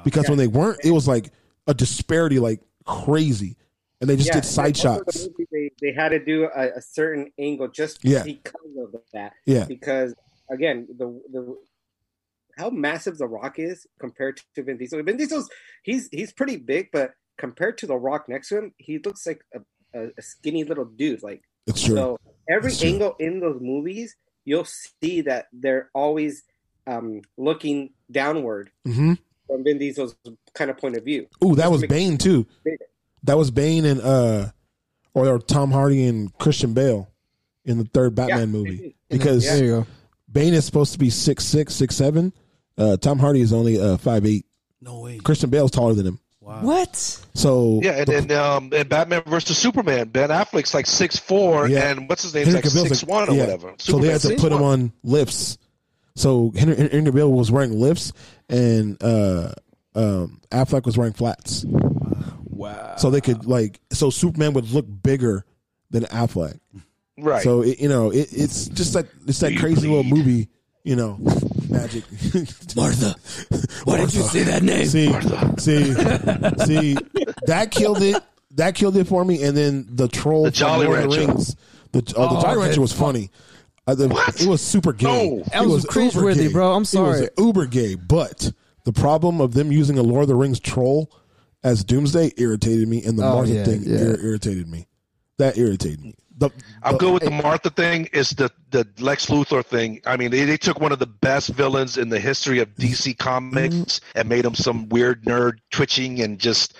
Because when they weren't, it was like a disparity like crazy, and they just Yeah, did side and also the shots. movie, They, they had to do a, a certain angle just Yeah. because of that. Yeah. Because again, the the how massive the Rock is compared to Vin Diesel. Vin Diesel's he's he's pretty big, but compared to the Rock next to him, he looks like a, a, a skinny little dude. Like It's true. so, every That's true. angle in those movies, you'll see that they're always um, looking downward hmm from Vin Diesel's kind of point of view. Ooh, that was make- Bane too. That was Bane and uh, or, or Tom Hardy and Christian Bale in the third Batman Yeah. movie because there you go. Bane is supposed to be six six six seven. Uh, Tom Hardy is only uh, five eight. No way. Christian Bale's taller than him. What? So Yeah, and, and um, and Batman versus Superman, Ben Affleck's like six four, Yeah. and what's his name's like Cavill's six one or yeah. whatever. So they had to Superman's put him 6'1". on lifts. So Henry, Henry Cavill was wearing lifts, and uh, um, Affleck was wearing flats. Wow. So they could like so Superman would look bigger than Affleck. right. So it, you know it, it's just like it's that crazy little movie. You know, magic. <laughs> Martha, why did you say that name? see, see, see, that killed it. That killed it for me. And then the troll, The from Jolly Lord of the Rancher. Rings. The, oh, the Oh, Jolly that- Rancher was funny. Uh, the- What? It was super gay. No. It That was cringeworthy, uber gay. bro. I'm sorry. It was uber gay. But the problem of them using a Lord of the Rings troll as Doomsday irritated me, and the Oh, Martha yeah, thing yeah. ir- irritated me. That irritated me. The, I'm the- good with the Martha thing. It's the the Lex Luthor thing. I mean, they, they took one of the best villains in the history of DC Mm-hmm. Comics and made him some weird nerd twitching and just.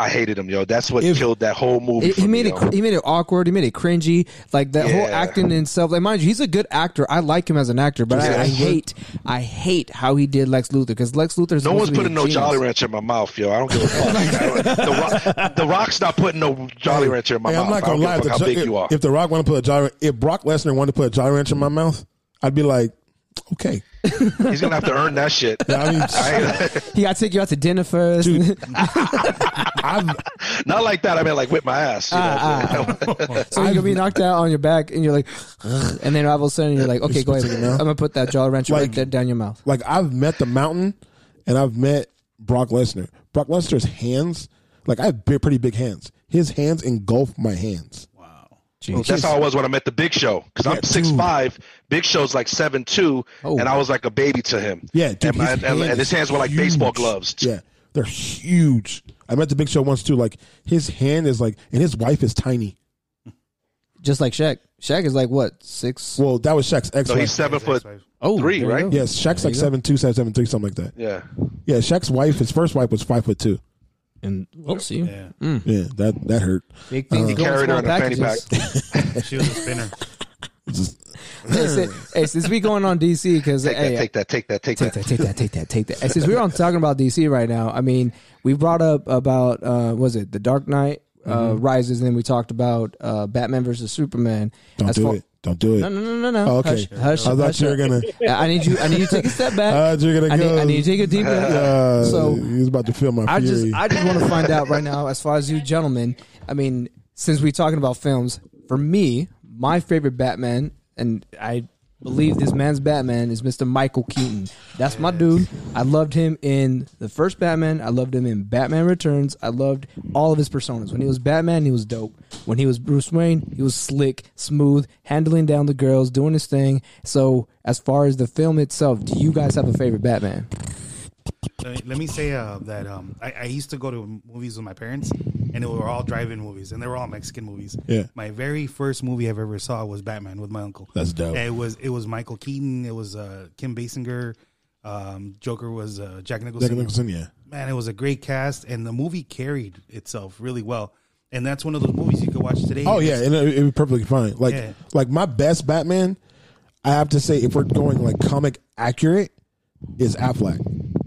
I hated him, yo. That's what If- killed that whole movie. It, for he me, made it. yo. cr- He made it awkward. He made it cringy. Like that whole Yeah. acting in self. Like mind you, he's a good actor. I like him as an actor, but I, I Yeah. hate. I hate how he did Lex Luthor because Lex Luthor's No supposed one's to be a putting no genius. Jolly Rancher in my mouth, yo. I don't give a <laughs> fuck. the, rock, the Rock's not putting no Jolly Rancher in my Hey, mouth. I'm not I don't gonna lie. If give a the, fuck how Jo- big if, you are. if the Rock wanted to put a Jolly, if Brock Lesnar wanted to put a Jolly Rancher in my mouth, I'd be like, okay. He's gonna have to earn <laughs> that shit. I <laughs> mean, I He got to take you out to dinner first. Dude. I've ain't- not like that. I mean, like whip my ass. You know? So you're gonna <laughs> be knocked out on your back, and you're like, "Ugh," and then all of a sudden you're like, okay, go spits ahead. in your mouth. I'm gonna put that Jolly Rancher Like- right there down your mouth. like I've met the Mountain, and I've met Brock Lesnar. Brock Lesnar's hands, like I have big, pretty big hands. His hands engulf my hands. That's how I was when I met the Big Show because I'm six five. Big Show's like seven two, Oh. and I was like a baby to him. Yeah, dude, and, my, his and, and hand his is hands were like huge. baseball gloves. Yeah, they're huge. I met the Big Show once too. Like his hand is like, and his wife is tiny. Just like Shaq. Shaq is like what six? Well, that was Shaq's ex. So he's wife seven foot. Oh, three, there you right? go. Yes, Shaq's like seven two, seven seven three, something like that. Yeah, Yeah, Shaq's wife, his first wife was five foot two. And we'll see. Yeah. Hmm. Yeah, that that hurt. Big Uh, things. he go in carried small her in a fanny pack. packages. She was a spinner. <laughs> hey, since, hey, since we going on DC, because Take hey, that, take that, take that, take take that. that, take that, take that, take that. And since we were <laughs> on talking about DC right now, I mean, we brought up about uh, was it the Dark Knight uh, Mm-hmm. Rises, and then we talked about uh, Batman versus Superman. Don't As do far- it. Don't do it. No, no, no, no, no. Oh, okay, Hush, hush, I thought hush you were up. gonna. I I need you. I need you to take a step <laughs> back. I thought you were gonna I need, go. I need you to take a deep breath. Uh, so he was about to feel my I just fury. I just want to find out right now, as far as you gentlemen, I mean, since we're talking about films, for me, my favorite Batman, and I believe this man's Batman is Mr. Michael Keaton. That's my dude. I loved him in the first Batman. I loved him in Batman Returns. I loved all of his personas. When he was Batman, he was dope. When he was Bruce Wayne, he was slick, smooth, handling down the girls, doing his thing. So as far as the film itself, do you guys have a favorite Batman? let me- let me say uh, that um, I, I used to go to movies with my parents, and they were all drive-in movies, and they were all Mexican movies. Yeah. My very first movie I've ever saw was Batman with my uncle. That's dope. And it was it was Michael Keaton. It was uh, Kim Basinger. Um, Joker was uh, Jack Nicholson. Jack Nicholson, yeah. Man, it was a great cast, and the movie carried itself really well. And that's one of those movies you could watch today. Oh yeah, and it, it'd be perfectly fine. Like Yeah. like my best Batman, I have to say, if we're going like comic accurate, is Affleck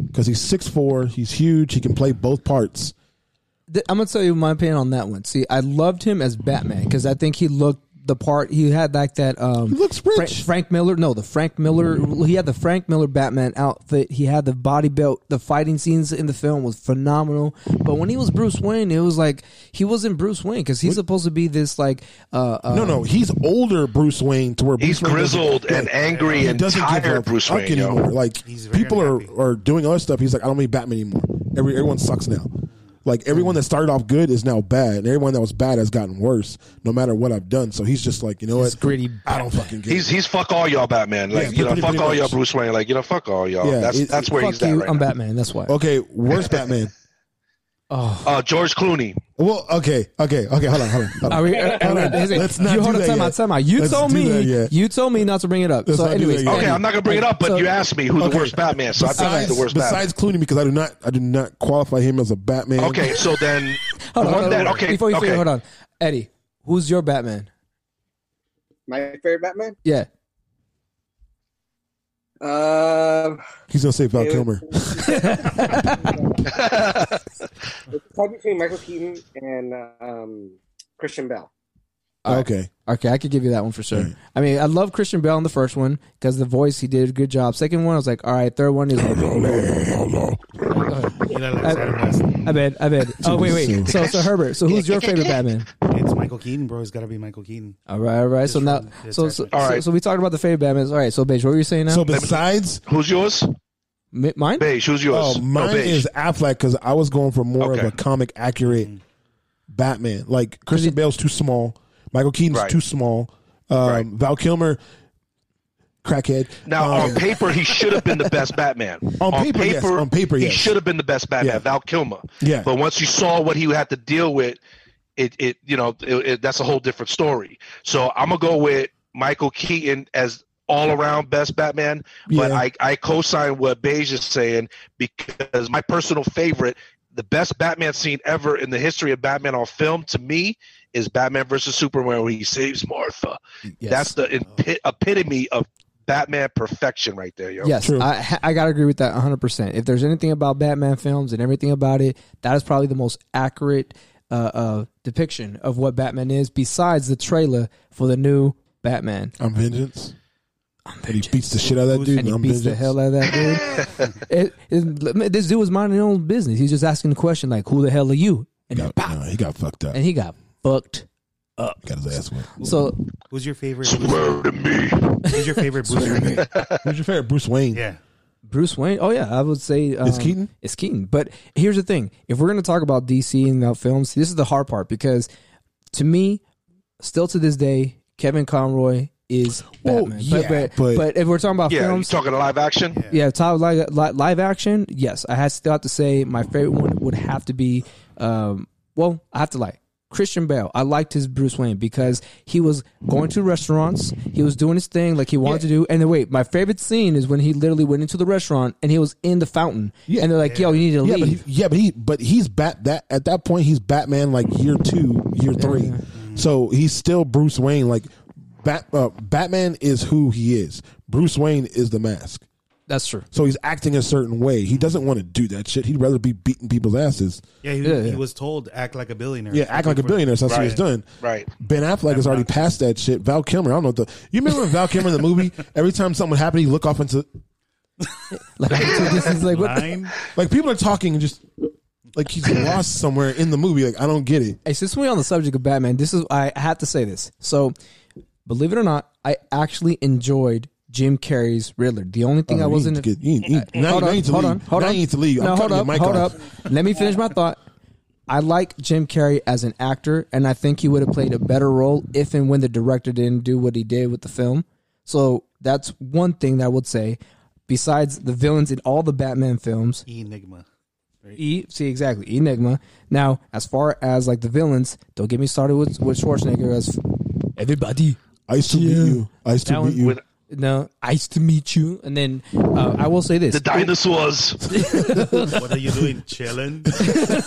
because he's six four, he's huge, he can play both parts. Th- I'm gonna tell you my opinion on that one. See, I loved him as Batman because I think he looked the part. He had like that. Um, he looks Fra- rich. Frank Miller. No, the Frank Miller. He had the Frank Miller Batman outfit. He had the body belt. The fighting scenes in the film was phenomenal. But when he was Bruce Wayne, it was like he wasn't Bruce Wayne because he's supposed to be this like. Uh, uh, No, no, he's older Bruce Wayne to where Bruce He's Wayne doesn't- grizzled and like, angry he and doesn't give a tired Bruce fuck Wayne. yo. anymore. Like He's very people are, unhappy. are doing other stuff. He's like, I don't need Batman anymore. Every everyone sucks now. Like everyone that started off good is now bad, and everyone that was bad has gotten worse. No matter what I've done, so he's just like, you know what? He's gritty I don't fucking get He's it. he's fuck all y'all Batman. Like Yeah, you know, pretty- fuck pretty all much. y'all Bruce Wayne. Like you know, fuck all y'all. Yeah, that's it- <laughs> that's where fuck he's at you, right I'm now. Batman. That's why. Okay, <laughs> worst Batman. Uh, George Clooney. Well, okay, okay, okay. Hold on, hold on. Hold on. Are we, are, are we- is it- Let's not you do hold on, that time yet. out, time out. You Let's told do that me, yet. you told me not to bring it up. Let's so, not do anyways, um, that yet. Okay, Eddie, I'm not gonna bring it up, but so- you asked me who's Okay. the worst Batman, so I think Besides, he's the worst Batman. besides Clooney, because I do not, I do not qualify him as a Batman. Okay, so then Hold on, One hold on, that- hold on. okay, Before you okay. finish, hold on, Eddie. Who's your Batman? My favorite Batman? Yeah. Um, he's gonna say Val It was- Kilmer. it's probably between Michael Keaton and um, Christian Bell. okay, Okay, I could give you that one for sure. Mm. I mean, I love Christian Bell in the first one because the voice he did a good job. Second one, I was like, all right. Third one is. You know, like Adam West. I bet. I <laughs> bet. Oh wait, wait. So, so Herbert. So who's your favorite Batman? It's Michael Keaton, bro. It's got to be Michael Keaton. All right, all right. So Just now, from the so so, attachment. so, All right. so we talked about the favorite Batman. All right. So, Beige, what were you saying now? so besides who's yours? Mi- mine. Beige, who's yours? Oh, mine no, beige. is Affleck because I was going for more of Okay. a comic accurate Mm. Batman. Like Christian Bale's too small, Michael Keaton's Right. too small, um, Right. Val Kilmer, crackhead. now Um, on paper he should have been the best Batman. <laughs> On paper, yes. On paper, he yes. should have been the best Batman. Yeah. Val Kilmer. Yeah. But once you saw what he had to deal with, it it you know it, it, that's a whole different story. So I'm gonna go with Michael Keaton as all around best Batman. But Yeah. I I co-sign what Beige is saying because my personal favorite. The best Batman scene ever in the history of Batman on film, to me, is Batman versus Superman, where he saves Martha. That's the epi- epitome of Batman perfection right there, yo. Yes, True. I, I gotta agree with that 100. percent If there's anything about Batman films and everything about it, that is probably the most accurate uh, uh, depiction of what Batman is. Besides the trailer for the new Batman, I'm Vengeance. And he beats the shit out of that dude. and he I'm beats the Vengeance. hell out of that dude. It- it- this dude was minding his own business. He's just asking the question like, "Who the hell are you?" And, Got- pop, no, he got fucked up. and he got fucked. got his ass <laughs> whipped. So Who's your favorite? Bruce? Who's your favorite Bruce? Wayne? Who's your favorite Bruce Wayne? Yeah. Bruce Wayne. Oh yeah, I would say um, It's Keaton? It's Keaton. But here's the thing: if we're going to talk about DC and about films, this is the hard part because to me, still to this day, Kevin Conroy is Well, Batman. yeah, but, but- but if we're talking about Yeah, you films, talking live action? yeah, top live, li- live action. Yes, I had still have to say my favorite one would have to be. Um, well, I have to lie. Christian Bale. I liked his Bruce Wayne because he was going to restaurants. He was doing his thing like he wanted to do. And then wait, my favorite scene is when he literally went into the restaurant and he was in the fountain. Yeah. And they're like, "Yo, you need to Yeah, but leave." he, yeah, but he, but he's bat that at that point he's Batman like year two, year three, so he's still Bruce Wayne. Like, Bat, uh, Batman is who he is. Bruce Wayne is the mask, That's true. <laughs> so he's acting a certain way. He doesn't want to do that shit. He'd rather be beating people's asses. Yeah, he, Yeah, yeah. he was told act like a billionaire. Yeah, act like a billionaire. So that's what he's done. Right. Ben Affleck has already passed that shit. Val Kilmer, I don't know. What the, you remember Val Kilmer in the movie? Every time something happened, he look off into Like, so this is like what? Line. like people are talking and just like he's lost somewhere in the movie. Like I don't get it. Hey, since we're on the subject of Batman, this is I have to say this. So, believe it or not, I actually enjoyed Jim Carrey's Riddler. The only thing I You need wasn't to get- you- you- now hold you on, need to hold leave. on, hold Now on. you need to leave. I'm No, hold cutting your up, mic hold off. up. Let me finish my thought. I like Jim Carrey as an actor, and I think he would have played a better role if and when the director didn't do what he did with the film. So that's one thing that I would say. besides the villains in all the Batman films. Enigma. Right? E, see exactly Enigma. Now, as far as like the villains, don't get me started with with Schwarzenegger as everybody. I used to meet you. I used to meet you. no, I used to meet you, and then uh, I will say this: The dinosaurs. What are you doing, <laughs> chilling?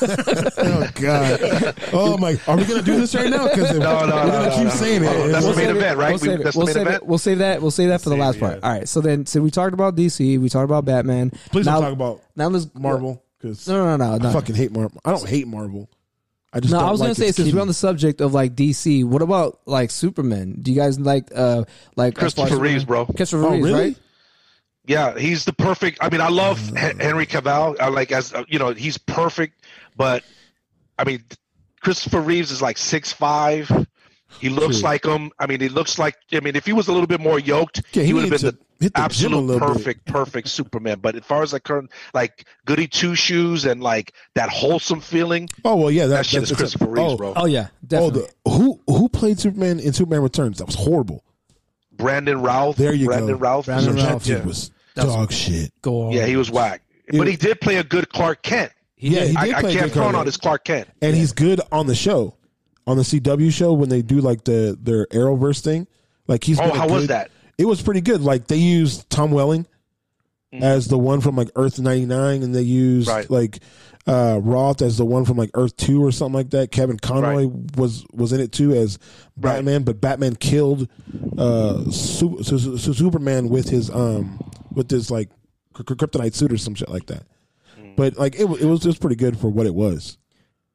Oh <laughs> God! Oh my! Are we gonna do this right now? Because No, no, we're gonna no, keep no. saying it. Oh, that's We'll the main save it. event, right? We'll We- save, it. that's the We'll main save, event? it. We'll save that. We'll save that for the last part. All right. So then, so we talked about DC. We talked about Batman. Please now, don't talk about now let's Marvel because No, no, no, no. I fucking hate Marvel. I don't hate Marvel. I just no, Don't I was like gonna say its since kitty. we're on the subject of like DC, what about like Superman? Do you guys like uh like as far as Christopher Reeves, Superman- bro. Christopher Oh, Reeves, really? right? Yeah, he's the perfect. I mean, I love H- Henry Cavill. I like as uh, you know, he's perfect. But I mean, Christopher Reeves is like six five. He looks True. like him. I mean, he looks like. I mean, if he was a little bit more yoked, Yeah, he he, would have needs been to the hit the gym a absolute little bit. perfect, perfect Superman. But as far as like current, like goody two shoes and like that wholesome feeling, <laughs> Oh well, yeah, that, that shit that's is that's- Christopher Reeves, oh, bro. Oh yeah, Oh, definitely. the, who who played Superman in Superman Returns? That was horrible. Brandon Routh. There you Brandon go. Routh. Brandon That Ralph, dude yeah. was dog shit. Go on. Yeah, he was whack. But he did play a good Clark Kent. yeah, he did I, play I can't good count Clark on his Kent. Clark Kent. and he's good on the show, on the CW show when they do like the their Arrowverse thing. Like he's Oh, been a how was good- that? It was pretty good. Like they used Tom Welling as the one from like Earth ninety nine, and they used Mm. Right. like uh, Roth as the one from like Earth two or something like that. Kevin Conroy was was in it too as Right. Batman, but Batman killed uh, Su- Su- Su- Superman with his um with his like k- k- kryptonite suit or some shit like that. Mm. But like it, wa- it was just pretty good for what it was.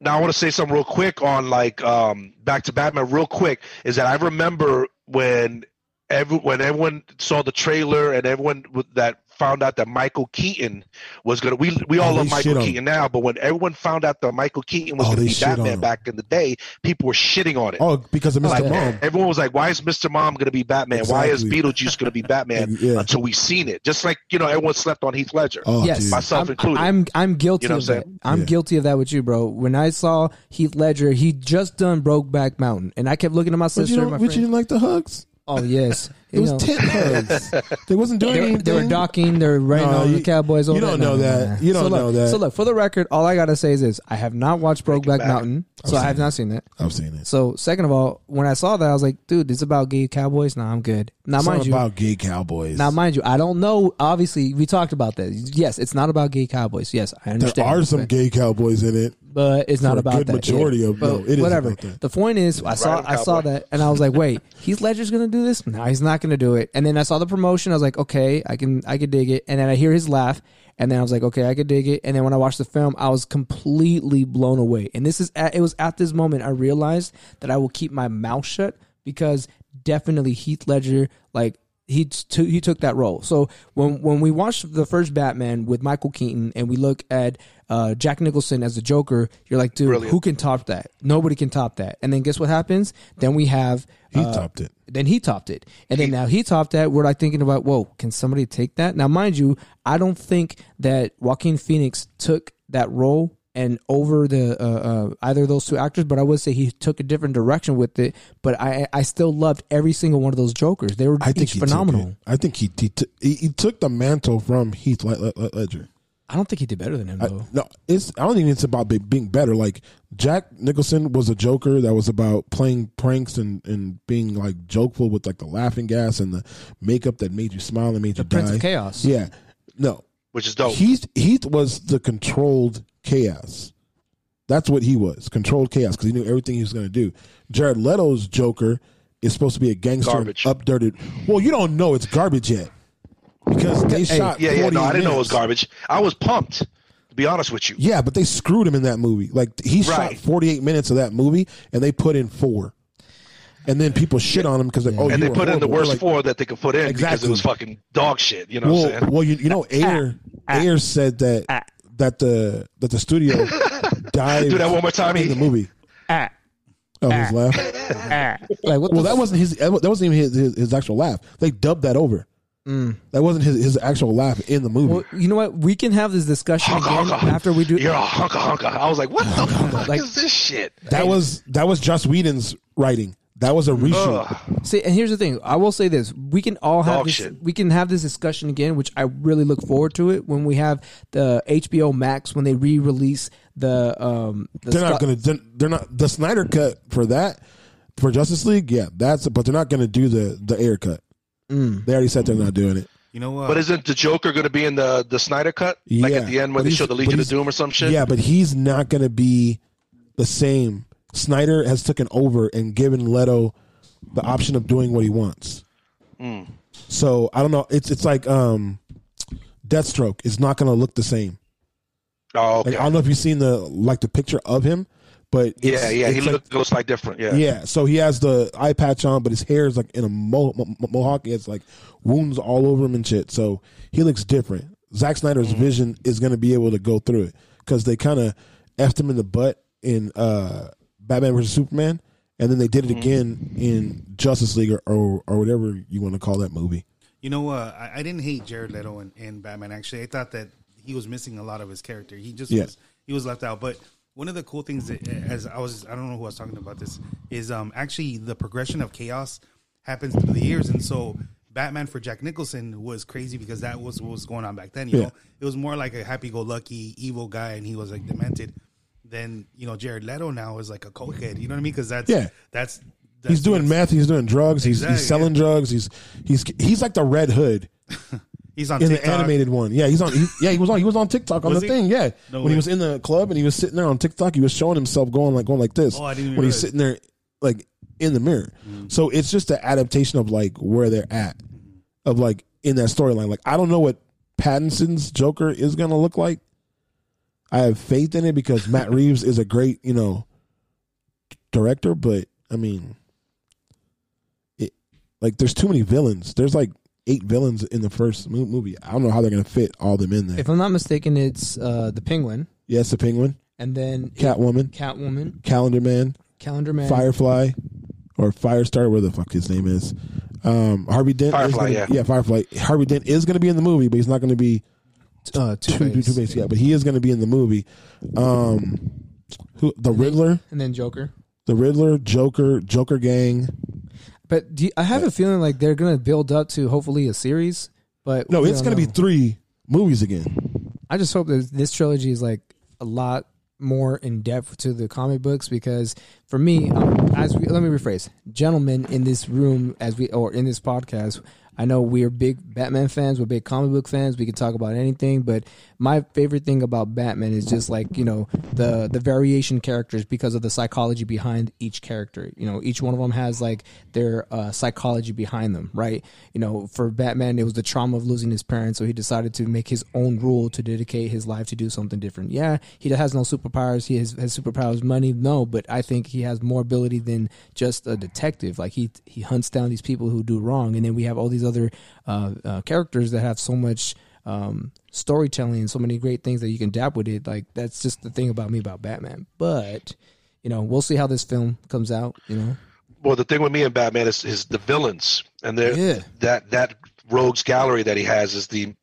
now I want to say something real quick on like um back to Batman real quick is that I remember when every when everyone saw the trailer and everyone with- that found out that Michael Keaton was gonna we we all Oh, love they shit Michael on Keaton now but when everyone found out that Michael Keaton was Oh, gonna they be shit on him. Batman back in the day people were shitting on it Oh, because of Mr. like Mom. everyone was like why is Mr. Mom gonna be Batman why is Exactly. Beetlejuice gonna be Batman <laughs> Yeah. until we seen it just like you know everyone slept on Heath Ledger Oh, yes, dude. myself I'm, included. I'm I'm guilty You know of what I'm that. I'm Yeah. guilty of that with you, bro. When I saw Heath Ledger, he just done Brokeback Mountain, and I kept looking at my But you, sister, and don't, my but you friend. didn't like the hugs. Oh yes, <laughs> It You know, was tent <laughs> hugs. they wasn't doing They, anything. they were docking. They were riding No, on the you- Cowboys. all you don't know that. You don't so look, know that. So look, for the record, all I gotta say is this: I have not watched Brokeback back. Mountain, so I have not seen it. I've seen it. So second of all, when I saw that, I was like, dude, it's about gay cowboys. Nah, I'm good. Now It's mind not you, about gay cowboys. now mind you, I don't know. Obviously, we talked about that. Yes, it's not about gay cowboys. Yes, I there understand. are some But- gay cowboys in it. but it's not a about good that. majority Yeah. of- no, But it is whatever. about that. The point is, I saw on, I saw cowboy. that, and I was like, wait, Heath Ledger's gonna do this? No, he's not gonna do it. And then I saw the promotion. I was like, okay, I can I can dig it. And then I hear his laugh, and then I was like, okay, I could dig it. And then when I watched the film, I was completely blown away. And this is at, it was at this moment I realized that I will keep my mouth shut because definitely Heath Ledger like he t- he took that role. So when when we watched the first Batman with Michael Keaton and we look at uh, Jack Nicholson as the Joker, you're like, dude, who can top that? Nobody can top that. And then guess what happens? Then we have He uh, topped it. then he topped it. And then now he topped that. We're like thinking about, whoa, can somebody take that? Now, mind you, I don't think that Joaquin Phoenix took that role and over the uh, uh, either of those two actors, but I would say he took a different direction with it. But I I still loved every single one of those Jokers. They were I think each he Took phenomenal. it. I think he he, t- he he took the mantle from Heath Led- Led- Led- Ledger. I don't think he did better than him I, though. no, it's I don't think it's about be- being better. Like Jack Nicholson was a Joker that was about playing pranks and, and being like jokeful with like the laughing gas and the makeup that made you smile and made you Prince die. of Chaos. Yeah, no, which is dope Heath Heath was the controlled chaos. That's what he was, controlled chaos, because he knew everything he was going to do. Jared Leto's Joker is supposed to be a gangster, and Garbage. updirted. Well, you don't know it's garbage yet because they shot. yeah yeah 40 no I didn't know it minutes. was garbage I was pumped to be honest with you Yeah, but they screwed him in that movie. Like he shot Right. 48 minutes of that movie, and they put in four, and then people shit on him because like, oh, and you they were put in the horrible. worst Like, four that they could put in because Exactly. it was fucking dog shit. You know what I'm Well, saying? well, you, you know, Ayer Ayer said that that the that the <laughs> studio died. Do that one more time, in the E. movie. Oh, his laugh. Like what? the Well, that f- wasn't his. That wasn't even his, his, his actual laugh. They dubbed that over. That wasn't his, his actual laugh in the movie. Mm. Well, you know what? We can have this <laughs> discussion Honka, again honka. after we do. You're a honka honka. I was like, what the fuck Like- is this shit? that was that was Joss Whedon's writing. That was a reshoot. See, and here's the thing. I will say this: we can all have Dog this, shit. we can have this discussion again, which I really look forward to it when we have the HBO Max when they re-release the um. The they're not Scott- going to. They're not the Snyder cut for that for Justice League. Yeah, that's. But they're not going to do the the air cut. Mm. They already said they're not doing it. You know uh, what? But isn't the Joker going to be in the the Snyder cut? Like Yeah, at the end but when they he's- show the but Legion of he's- Doom or some shit. Yeah, but he's not going to be the same. Snyder has taken over and given Leto the option of doing what he wants. Hmm. So I don't know. It's it's like um, Deathstroke is not going to look the same. Oh, okay. Like I don't know if you've seen the like the picture of him, but it's, yeah, yeah. He it's like- look, looks like different. Yeah. yeah. So he has the eye patch on, but his hair is like in a mo- mo- mo- mohawk. He has like wounds all over him and shit. So he looks different. Zack Snyder's vision is going to be able to go through it because they kind of effed him in the butt in uh, Batman versus Superman, and then they did it again in Justice League or or, or whatever you want to call that movie. You know, uh, I, I didn't hate Jared Leto in, in Batman. Actually, I thought that he was missing a lot of his character. He just Yeah. was, he was left out. But one of the cool things that, as I was, I don't know who I was talking about this, is um actually the progression of chaos happens through the years, and so Batman for Jack Nicholson was crazy because that was what was going on back then. You Yeah. know, it was more like a happy-go-lucky evil guy, and he was like demented. Then you know Jared Leto now is like a cokehead. You know what I mean? Because that's Yeah. that's, that's He's doing what's- meth. He's doing drugs. He's, Exactly, he's selling drugs. He's he's he's like the Red Hood He's on in TikTok. the animated one. Yeah, he's on. He, yeah, he was on. He was on TikTok on Was the he? thing. Yeah, No when way. he was in the club and he was sitting there on TikTok, he was showing himself going like going like this. Oh, I didn't even when he's realize. Mm-hmm. sitting there like in the mirror. So it's just the adaptation of like where they're at, of like in that storyline. Like I don't know what Pattinson's Joker is gonna look like. I have faith in it <laughs> because Matt Reeves is a great you know director, but I mean, it like there's too many villains. There's like eight villains in the first mo- movie. I don't know how they're gonna fit all them in there. If I'm not mistaken, it's uh the Penguin, yes, the Penguin, and then Catwoman, Catwoman, Calendar Man, Calendar Man, Firefly, or Firestar, where the fuck his name is. Um, Harvey Dent. is Firefly, gonna- yeah. Firefly. Harvey Dent is gonna be in the movie, but he's not gonna be uh, two Two two Face, base. Yeah, but he is gonna be in the movie. Um, who the Riddler, and then Joker. the Riddler, Joker, Joker Gang. But do you, I have a feeling like they're gonna build up to hopefully a series. But No, we it's don't gonna be know. three movies again. I just hope that this trilogy is like a lot more in depth to the comic books because for me, um, as we, let me rephrase, gentlemen in this room as we or in this podcast, I know we are big Batman fans, we're big comic book fans. We can talk about anything, but my favorite thing about Batman is just like you know the the variation characters because of the psychology behind each character. You know, each one of them has like their uh, psychology behind them, right? You know, for Batman, it was the trauma of losing his parents, so he decided to make his own rule to dedicate his life to do something different. Yeah, he has no superpowers. He has, has superpowers, money, no, but I think he has more ability than just a detective. Like he he hunts down these people who do wrong, and then we have all these other uh, uh, characters that have so much um, storytelling and so many great things that you can dab with it. Like that's just the thing about me about Batman. But you know, we'll see how this film comes out. You know, Well, the thing with me and Batman is, is the villains, and they're, Yeah. that that rogues gallery that he has is the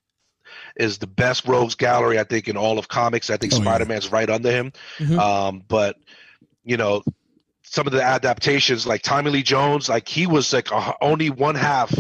is the best rogues gallery I think in all of comics. I think Oh, yeah. Mm-hmm. Spider Man's right under him, um, but you know some of the adaptations like Tommy Lee Jones, like he was like a, only one half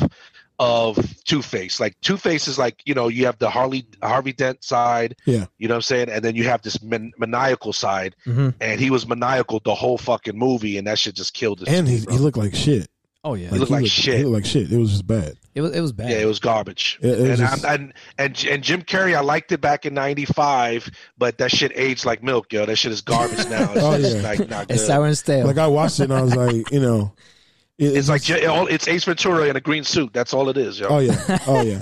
of Two Face. Like Two Face is like you know you have the Harley Harvey Dent side, Yeah. you know what I'm saying, and then you have this man, maniacal side, Mm-hmm. Mhm. and he was maniacal the whole fucking movie, and that shit just killed it. And he, he looked like shit. oh yeah, looked like shit. He looked like shit. It was just bad. it was it was bad. Yeah, it was garbage. It- it was and, just- I'm, and and and Jim Carrey, I liked it back in '95, but that shit aged like milk, yo. That shit is garbage now. <laughs> It's, Oh, just, yeah. like not good. it's sour and stale. Like I watched it and I was like, you <laughs> know, it- It's like just- J- all- it's Ace Ventura in a green suit. That's all it is, yo. oh yeah, oh <laughs> yeah.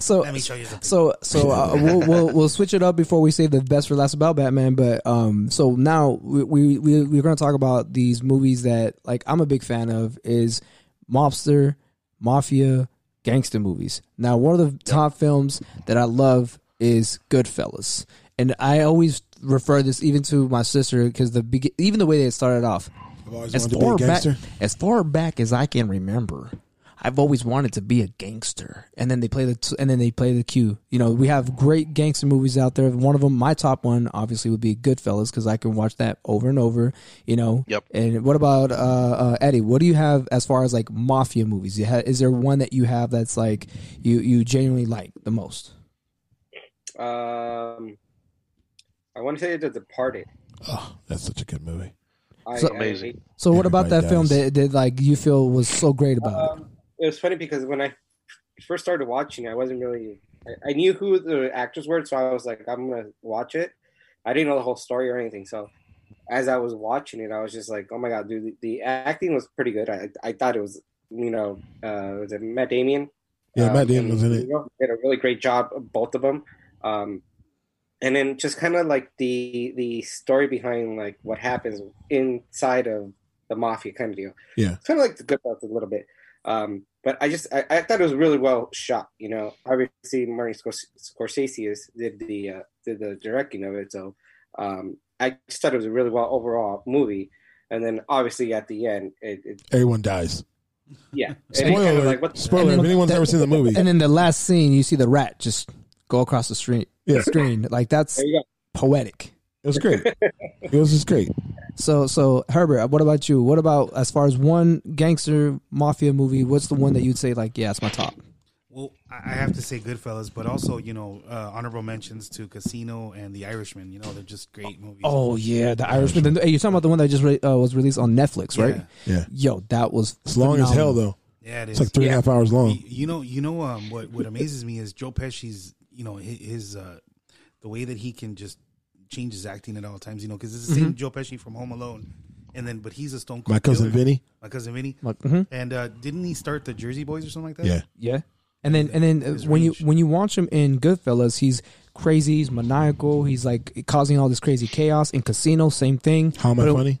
so Let me show you something. so so uh, <laughs> we'll, we'll we'll switch it up before we save the best for last about Batman. But um, so now we we, we we're going to talk about these movies that like I'm a big fan of is mobster, mafia, gangster movies. Now one of the top films that I love is Goodfellas, and I always refer this even to my sister because the beg- even the way they started off I've always as wanted to be a far back gangster. as far back as I can remember, I've always wanted to be a gangster. And then they play the t- and then they play the cue. You know, we have great gangster movies out there. One of them, my top one, obviously would be Goodfellas because I can watch that over and over. You know. Yep. And what about uh, uh, Eddie? What do you have as far as like mafia movies? You ha- is there one that you have that's like you you genuinely like the most? Um, I want to say The Departed. Oh, that's such a good movie. I, So- I Amazing. hate- So what about that Everybody film does. that, that like you feel was so great about it? Um, it was funny because when I first started watching, it, I wasn't really. I, I knew who the actors were, so I was like, I'm gonna watch it. I didn't know the whole story or anything, so as I was watching it, I was just like, oh my god, dude, the, the acting was pretty good. I I thought it was, you know, uh, was it Matt Damien? Yeah, Um, Matt Damon and, was in it. you know, did a really great job, of both of them. Um, and then just kind of like the the story behind like what happens inside of the mafia kind of deal. Yeah. it's kind of like the Goodfellas a little bit. Um, but I just I, I thought it was really well shot. You know, obviously Martin Scors- Scorsese is, did the uh, did the directing of it, so um, I just thought it was a really well overall movie. And then obviously at the end, it, it Everyone dies. yeah, And it Spoiler! kinda alert. like, what the- spoiler! If anyone's that- ever seen the movie, And then the last scene, you see the rat just go across the street. Yeah. Screen like that's There you go. poetic. it was great. It was just great. So so Herbert, what about you? What about as far as one gangster mafia movie? What's the one that you'd say like yeah, it's my top? Well, I I have to say Goodfellas, but also you know uh, honorable mentions to Casino and The Irishman. You know they're just great movies. Oh yeah, The Irishman. The- Hey, you're talking about the one that just re- uh, was released on Netflix, right? Yeah. Yo, that was It's long as hell phenomenal. though. yeah, it It's is. like three and a half hours long. Y- You know, you know um, what what amazes me is Joe Pesci's. You know his, his uh, the way that he can just change his acting at all times. You know, because it's the same Joe Pesci from Home Alone, and then but he's a Stone Cold. Mm-hmm. My cousin Killer. Vinny. mm-hmm. My cousin Vinny. Like, mhm. And uh, didn't he start the Jersey Boys or something like that? Yeah. Yeah. And then and then uh, His when you range. when you watch him in Goodfellas, he's crazy, he's maniacal, he's like causing all this crazy chaos. In Casino, same thing. How am I But it- funny?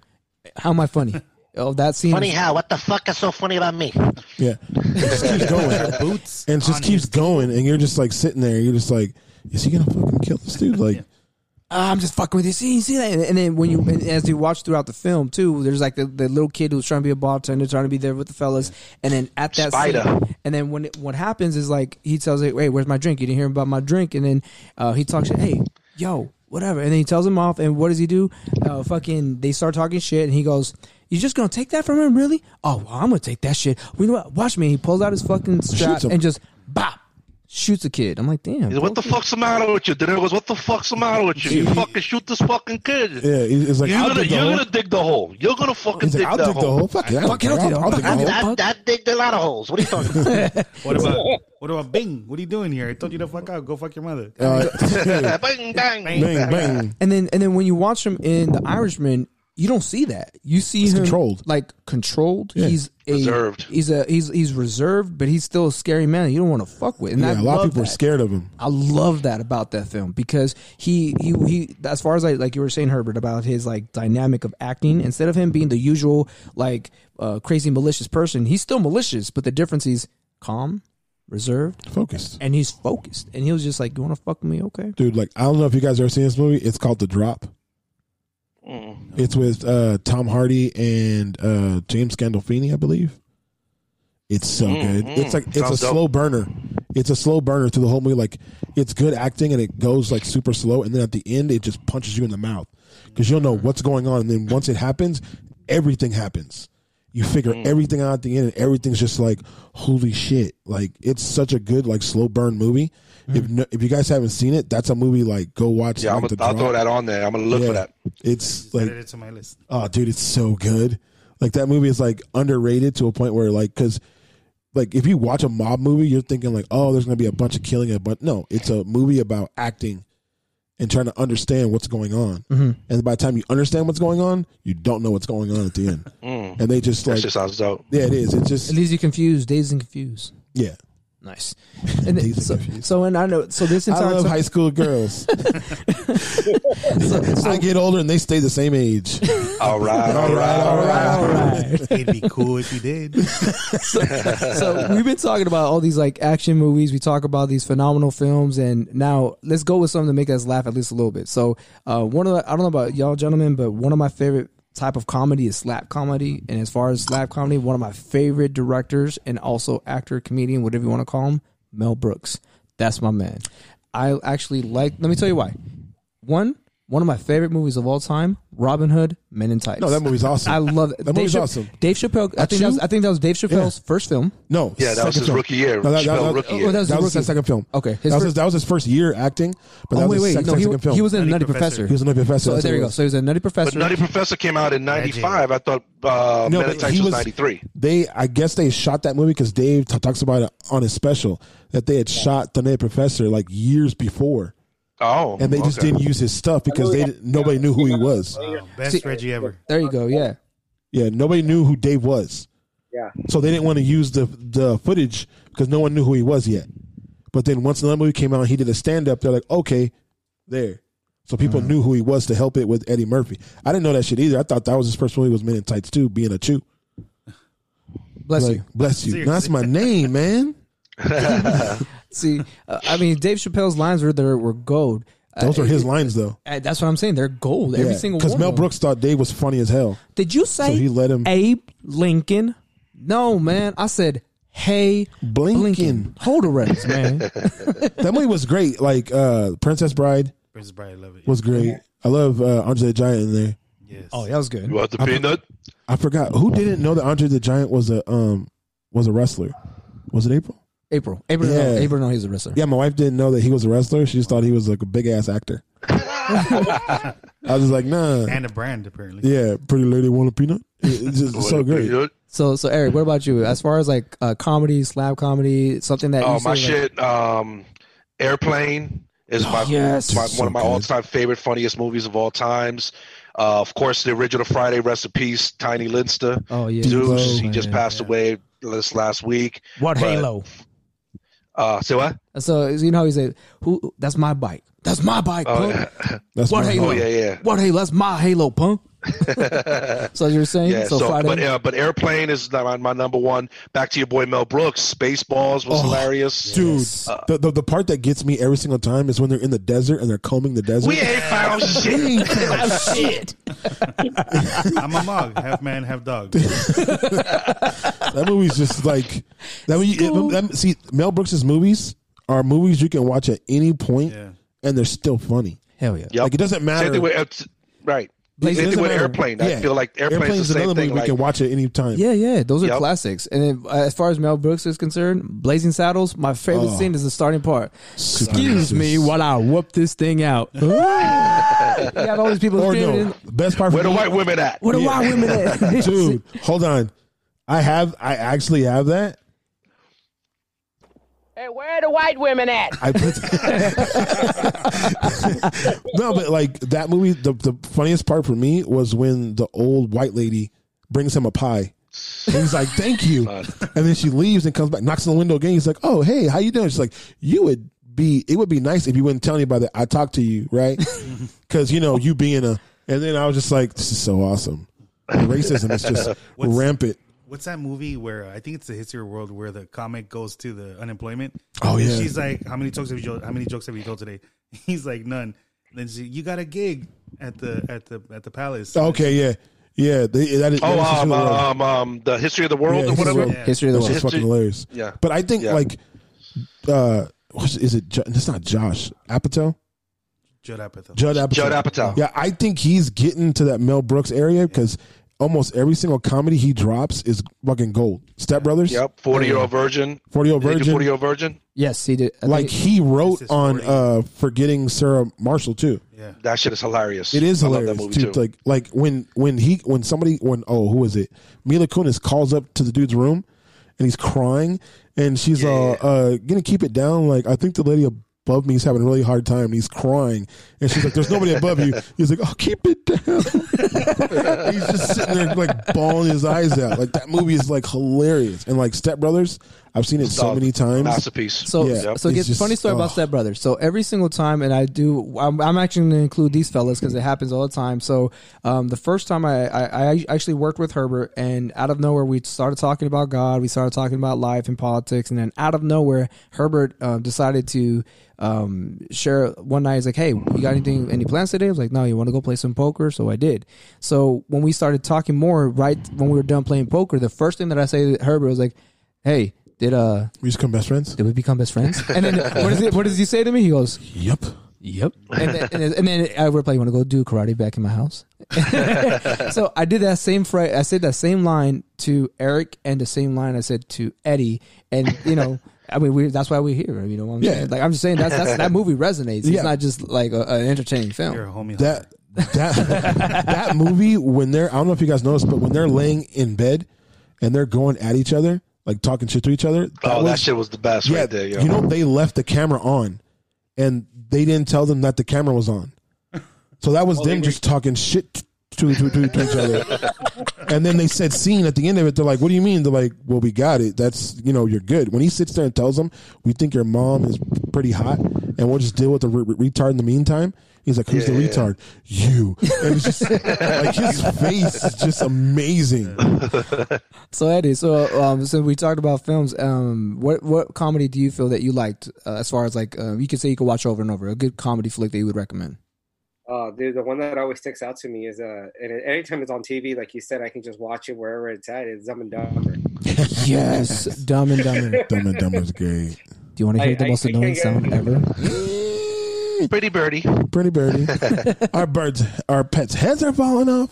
How am I funny? oh, that scene. Funny how? What the fuck is so funny about me? Yeah. It just keeps <laughs> going. Boots And it just on keeps his- going, and you're just like sitting there. You're just like, is he gonna fucking kill this dude? Like, "Ah, I'm just fucking with you. See, you see that? And, and then when you and as you watch throughout the film too, there's like the, the little kid who's trying to be a bartender, trying to be there with the fellas, and then at that Spider. scene, and then when it, what happens is like he tells it, "Hey, where's my drink? You didn't hear about my drink," and then uh, he talks shit, "Hey, yo, whatever," and then he tells him off, and what does he do? Uh, fucking, they start talking shit, and he goes. You just gonna take that from him, really? Oh, well, I'm gonna take that shit. We know what? Watch me. He pulls out his fucking strap him. and just bop shoots a kid. I'm like, damn. He's, What the fuck? fuck's the matter with you? Then it goes, what the fuck's the matter with you? You fucking shoot this fucking kid. yeah, it- it's like You're I'll gonna, dig the you're hole. gonna dig the hole. You're gonna fucking He's like, dig, I'll that dig the hole. hole. Fuck it, I don't Fuck it, care. I'll dig I'll the I'll dig hole. the I'm- hole. I'm- I, I digged a lot of holes. What are you talking about? <laughs> What about what about Bing? What are you doing here? I told you to fuck out. Go fuck your mother. <laughs> Uh, bang, bang. Bang bang. And then and then when you watch him in The Irishman, you don't see that. You see He's him controlled. like controlled. Yeah. He's a, Reserved. He's a he's he's reserved, but he's still a scary man. that You don't want to fuck with. And I Yeah, a lot of love people are that. scared of him. I love that about that film because he he he as far as like like you were saying Herbert about his like dynamic of acting instead of him being the usual like uh, crazy malicious person he's still malicious but the difference is calm reserved Focused. and he's focused and he was just like you want to fuck with me okay Dude, like I don't know if you guys ever seen this movie. It's called The Drop. It's with uh, Tom Hardy and uh, James Gandolfini, I believe. It's so good. It's like it's a Mm-hmm. Sounds dope. slow burner. It's a slow burner through the whole movie. Like it's good acting and it goes like super slow, and then at the end it just punches you in the mouth because you'll know what's going on. And then once it happens, everything happens. You figure Mm. everything out at the end, and everything's just like holy shit! Like it's such a good like slow burn movie. If no, if you guys haven't seen it, that's a movie like go watch. Yeah, I'm like, gonna, The I'll Drop. throw that on there. I'm gonna look Yeah. for that. It's like Added it to my list. Oh, dude, it's so good. Like that movie is like underrated to a point where like because like if you watch a mob movie, you're thinking like, oh, there's gonna be a bunch of killing, but no, it's a movie about acting and trying to understand what's going on. And by the time you understand what's going on, you don't know what's going on at the end. And they just That like, shit sounds dope. yeah, it is. It's It just leaves you confused, dazed and confused. yeah. <laughs> Nice. And then, Dazed and so, confused. so and I know so this <laughs> I entire love time, high school <laughs> girls. I get older and they stay the same age. All right, all right, all right. all right. It'd be cool if <laughs> you did. so we've been talking about all these like action movies. We talk about these phenomenal films, and now let's go with something to make us laugh at least a little bit. So uh, one of the, I don't know about y'all gentlemen, but one of my favorite type of comedy is slap comedy. And as far as slap comedy, one of my favorite directors and also actor, comedian, whatever you want to call him, Mel Brooks. That's my man. I actually like. Let me tell you why. One, one of my favorite movies of all time, Robin Hood, Men in Tights. No, Oh, that <laughs> movie's awesome. I love it. That movie's Chapp- awesome. Dave Chappelle. I think, that was, I think that was Dave Chappelle's first film. No, Yeah, that was second his rookie year. No, that, that- Chappelle that- rookie year. Oh, that was that his was his rookie. second film. Okay, his his that, was first- his, that was his first year acting, but that Oh, was wait, his wait. second, No, he, second film. he was in Nutty Nutty, Professor. Professor. He was a Nutty Professor. So that's there what you it go. was. So he was a Nutty Professor. But Nutty Professor came out in '95. I thought uh, No, Men in but Tights he was was '93. They, I guess, they shot that movie because Dave t- talks about it on his special that they had shot the Nutty Professor like years before, Oh, and they just okay. didn't use his stuff because they didn't- nobody knew who he was. Wow, Um, best See- Reggie uh, ever. there you go. Yeah. Yeah, nobody knew who Dave was. Yeah. So they didn't want to use the the footage because no one knew who he was yet. But then once another movie came out, and he did a stand up. They're like, okay, there. So people Uh-huh. knew who he was to help it with Eddie Murphy. I didn't know that shit either. I thought that was his first movie was Men in Tights too, being a chew. Bless Like, you. bless you. No, that's my <laughs> name, man. See, uh, I mean, Dave Chappelle's lines were there were gold. Uh, Those were his lines though. uh, that's what I'm saying. They're gold. Every single one. because Mel of them. Brooks thought Dave was funny as hell. Did you say he let him- Abe Lincoln? No, man. I said, hey, Blinken. Lincoln. Hold the reins, <laughs> man. That movie was great. Like uh, Princess Bride Princess Bride, I love it. was great. I love uh, Andre the Giant in there. yes. oh, that was good. You want the peanut? I forgot who didn't know that Andre the Giant was a um was a wrestler. Was it April? April. April, Yeah. no, April, no, he's a wrestler. Yeah, my wife didn't know that he was a wrestler. She just thought he was like a big ass actor. I was just like, nah. and a brand apparently. Yeah, pretty lady want a peanut. It- It's just so great. Peanut? So, so Eric, what about you? As far as like uh, comedy, slab comedy, something that Oh you say, my like- shit! Um, Airplane is my, yes. my So one of my good. all-time favorite, funniest movies of all times. Uh, of course, the original Friday recipes, Tiny Linster. Oh yeah, Deuce, he man. just passed away this last week. What But- Halo? Uh, say what? So you know how he said, "Who? That's my bike. That's my bike, Oh, punk. yeah. That's What my- Halo? Oh, yeah, yeah. What Halo? That's my Halo, <laughs> punk." so you're saying Yeah, so, so, Friday? but uh, but airplane is my, my number one. Back to your boy Mel Brooks. Spaceballs was hilarious. Oh, Dude, the, the the part that gets me every single time is when they're in the desert and they're combing the desert. We ain't found shit. <laughs> <laughs> Oh, I'm a mug, half man, half dog. <laughs> That movie's just like that. Movie, it, that- see, Mel Brooks's movies are movies you can watch at any point, Yeah. and they're still funny. Hell yeah. Yep. Like it doesn't matter. Same thing with, uh, t- right. Blaze, It Same thing doesn't with matter. airplane. Yeah. I feel like airplane's, the same another thing. movie Like, we can watch at any time. Yeah, yeah, those are Yep. classics. And then, uh, as far as Mel Brooks is concerned, Blazing Saddles, my favorite Oh. scene is the starting part. Super Excuse me racist. while I whoop this thing out. you have all these people Or screaming. no, best part where for the me- white women at? What are white women <laughs> at? <laughs> dude. Hold on, I have. I actually have that. Hey, where the white women at? I put. <laughs> no, but like that movie. The the funniest part for me was when the old white lady brings him a pie. And he's like, "Thank <laughs> you," and then she leaves and comes back, knocks on the window again. He's like, "Oh, hey, how you doing?" She's like, "You would be. It would be nice if you wouldn't tell anybody that I talked to you, <laughs> right? Because you know you being a." And then I was just like, "This is so awesome." The racism is just <laughs> What's- rampant. What's that movie where uh, I think it's the history of the world where the comic goes to the unemployment? Oh, And yeah. She's like, "How many jokes have you? told- How many jokes have you told today?" <laughs> He's like, "None." Then she, you got a gig at the at the at the palace. Okay, yeah, yeah. They, that is, Oh, that is um, really um, wrong. um, the history of the world Yeah, or History of the whatever. <laughs> World. History of the That's world. just fucking hilarious. Yeah. But I think Yeah. like, uh, what's- is it? Jo- It's not Josh Apatow. Judd Apatow. Judd Apatow. Judd Apatow. Yeah, I think he's getting to that Mel Brooks area because almost every single comedy he drops is fucking gold. Step Brothers. Yep, forty year old virgin. 40 Year Old Virgin. Forty year old virgin. yes, he did. I Like think- he wrote This is on 40. uh forgetting Sarah Marshall too. yeah, That shit is hilarious. It is I love hilarious that movie too. too. Like like when when he when somebody when oh who is it? Mila Kunis calls up to the dude's room and he's crying and she's uh uh gonna keep it down. Like I think the lady above me is having a really hard time and he's crying and she's like, "There's nobody above <laughs> you." He's like, "Oh, keep it down." he's just sitting there like bawling his eyes out. Like that movie is like hilarious and like Step Brothers. I've seen it so many times. Masterpiece. So, Yeah. so It's get just- funny story oh. about Step Brothers. So every single time, and I do, I'm, I'm actually going to include these fellas because it happens all the time. So, um, the first time I, I, I actually worked with Herbert, and out of nowhere we started talking about God, we started talking about life and politics, and then out of nowhere Herbert uh, decided to um, share one night. He's like, "Hey, you got anything? Any plans today?" I was like, "No, you want to go play some poker?" So I did. So when we started talking more, right when we were done playing poker, the first thing that I say to Herbert was like, "Hey." Did uh we become best friends? Did we become best friends? <laughs> And then what, is it, what does he say to me? He goes, "Yep, yep." And then, and then, and then I reply, "You want to go do karate back in my house?" <laughs> so I did that same phrase. I said that same line to Eric, and the same line I said to Eddie. And you know, I mean, we, that's why we're here. You know, what I'm Yeah. saying? like I'm just saying that's, that's that movie resonates. It's Yeah. not just like a, an entertaining film. That that <laughs> that movie when they're I don't know if you guys noticed, but when they're laying in bed and they're going at each other, like talking shit to each other. Oh, that shit was the best right there, yo. You know they left the camera on, and they didn't tell them that the camera was on. So that was them just talking shit t- to to, to, to each other. and then they said scene at the end of it. They're like, "What do you mean?" They're like, "Well, we got it. That's you know, you're good." When he sits there and tells them, "We think your mom is pretty hot, and we'll just deal with the re- re- retard in the meantime." He's like, "Who's the Yeah. retard? You." And it's just like <laughs> his face is just amazing. So Eddie, so um, since we talked about films, um, what what comedy do you feel that you liked uh, as far as like uh, you could say you could watch over and over a good comedy flick that you would recommend? Oh, dude, the one that always sticks out to me is uh, and it- anytime it's on TV, like you said, I can just watch it wherever it's at. It's Dumb and Dumber. Yes, Dumb and Dumber. Dumb and Dumber's <laughs> great. Do you want to hear I- the I- most I annoying can't sound <laughs> ever? Pretty birdie. Pretty birdie. our birds, our pets' heads are falling off.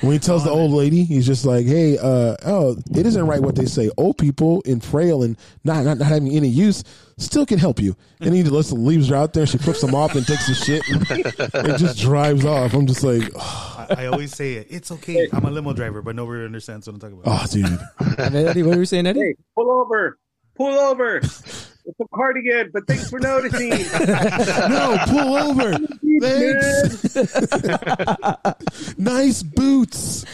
when he tells the old lady, he's just like, "Hey, uh, oh, it isn't right what they say. Old people in frail and not not, not having any use still can help you." And he just leaves her out there. She flips him off and takes his shit and, and just drives off. I'm just like, "Oh, I, I always say it. It's <laughs> okay. I'm a limo driver, but nobody understands what I'm talking about. oh, dude, Eddie, what were you saying, Eddie? Hey, pull over, pull over. It's a cardigan, but thanks for noticing. no, pull over. <laughs> Thanks. nice boots.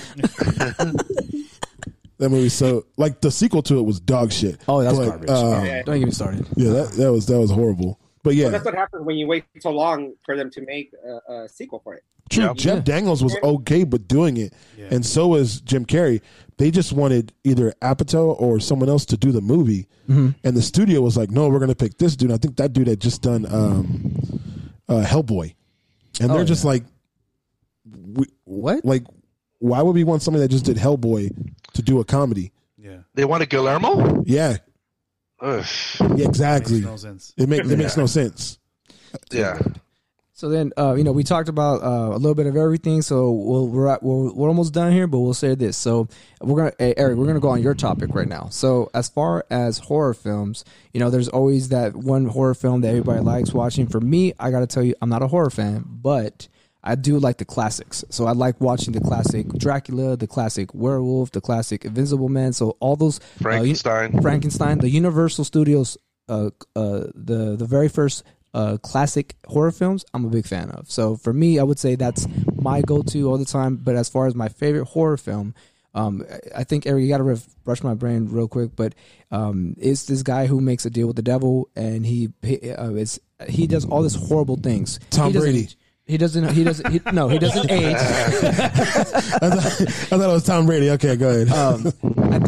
that movie so like the sequel to it was dog shit. Oh, that's But, garbage. um, Yeah. Don't get me started. Yeah, that, that was that was horrible. But yeah, Well, that's what happens when you wait so long for them to make a, a sequel for it. true. Jeff Daniels was okay, but doing it, Oh, and so was Jim Carrey. They just wanted either Apatow or someone else to do the movie, Mm-hmm. and the studio was like, "No, we're gonna pick this dude." I think that dude had just done um, uh, Hellboy, and Oh, they're just like, we, "What? Like, why would we want somebody that just did Hellboy to do a comedy?" They wanted Guillermo? Yeah, Ugh. yeah exactly. no sense. It makes it makes no sense. Yeah. So then, uh, you know, we talked about uh, a little bit of everything. So we'll, we're, at, we're we're almost done here, but we'll say this. So we're gonna, hey, Eric, we're gonna go on your topic right now. So as far as horror films, you know, there's always that one horror film that everybody likes watching. For me, I gotta tell you, I'm not a horror fan, but I do like the classics. So I like watching the classic Dracula, the classic Werewolf, the classic Invisible Man. So all those uh, you- Frankenstein. Frankenstein, the Universal Studios, uh, uh, the the very first uh, classic horror films. I'm a big fan of. So for me, I would say that's my go-to all the time. But as far as my favorite horror film, um, I- I think Eric, you got to ref- brush my brain real quick. But um, it's this guy who makes a deal with the devil, and he, he uh, it's he does all these horrible things. Tom He doesn't- Brady. He doesn't. He doesn't. He, no, he <laughs> doesn't age. I thought, I thought it was Tom Brady. Okay, go ahead. <laughs> I,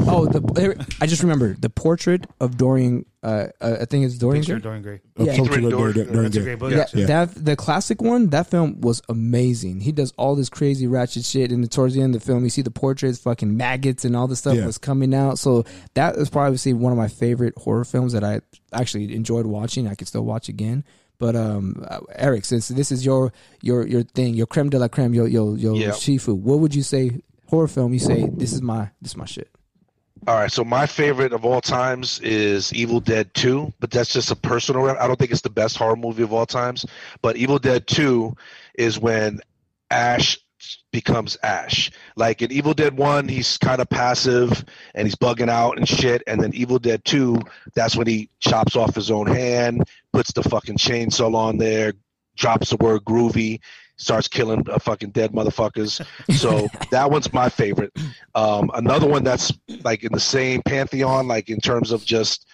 oh, the, I just remember the portrait of Dorian. Uh, uh, I think it's Dorian. Picture Gray? Dorian Gray. Oh, yeah. Tom Brady, Dorian- Dorian- Dorian That's a Gray. great book. Yeah, actually. that the classic one. That film was amazing. He does all this crazy ratchet shit, and towards the end of the film, you see the portraits, fucking maggots, and all the stuff Yeah. was coming out. So that is probably one of my favorite horror films that I actually enjoyed watching. I could still watch again. But um, uh, Eric, since this is your your your thing, your creme de la creme, your your your Yeah. shifu, what would you say horror film? You say this is my this is my shit. All right, so my favorite of all times is Evil Dead 2, but that's just a personal. I don't think it's the best horror movie of all times, but Evil Dead 2 is when Ash becomes Ash. Like in Evil Dead 1, he's kind of passive and he's bugging out and shit, and then Evil Dead 2, that's when he chops off his own hand, puts the fucking chainsaw on there, drops the word groovy, starts killing uh, fucking dead motherfuckers. So that one's my favorite. Um, another one that's like in the same pantheon, like in terms of just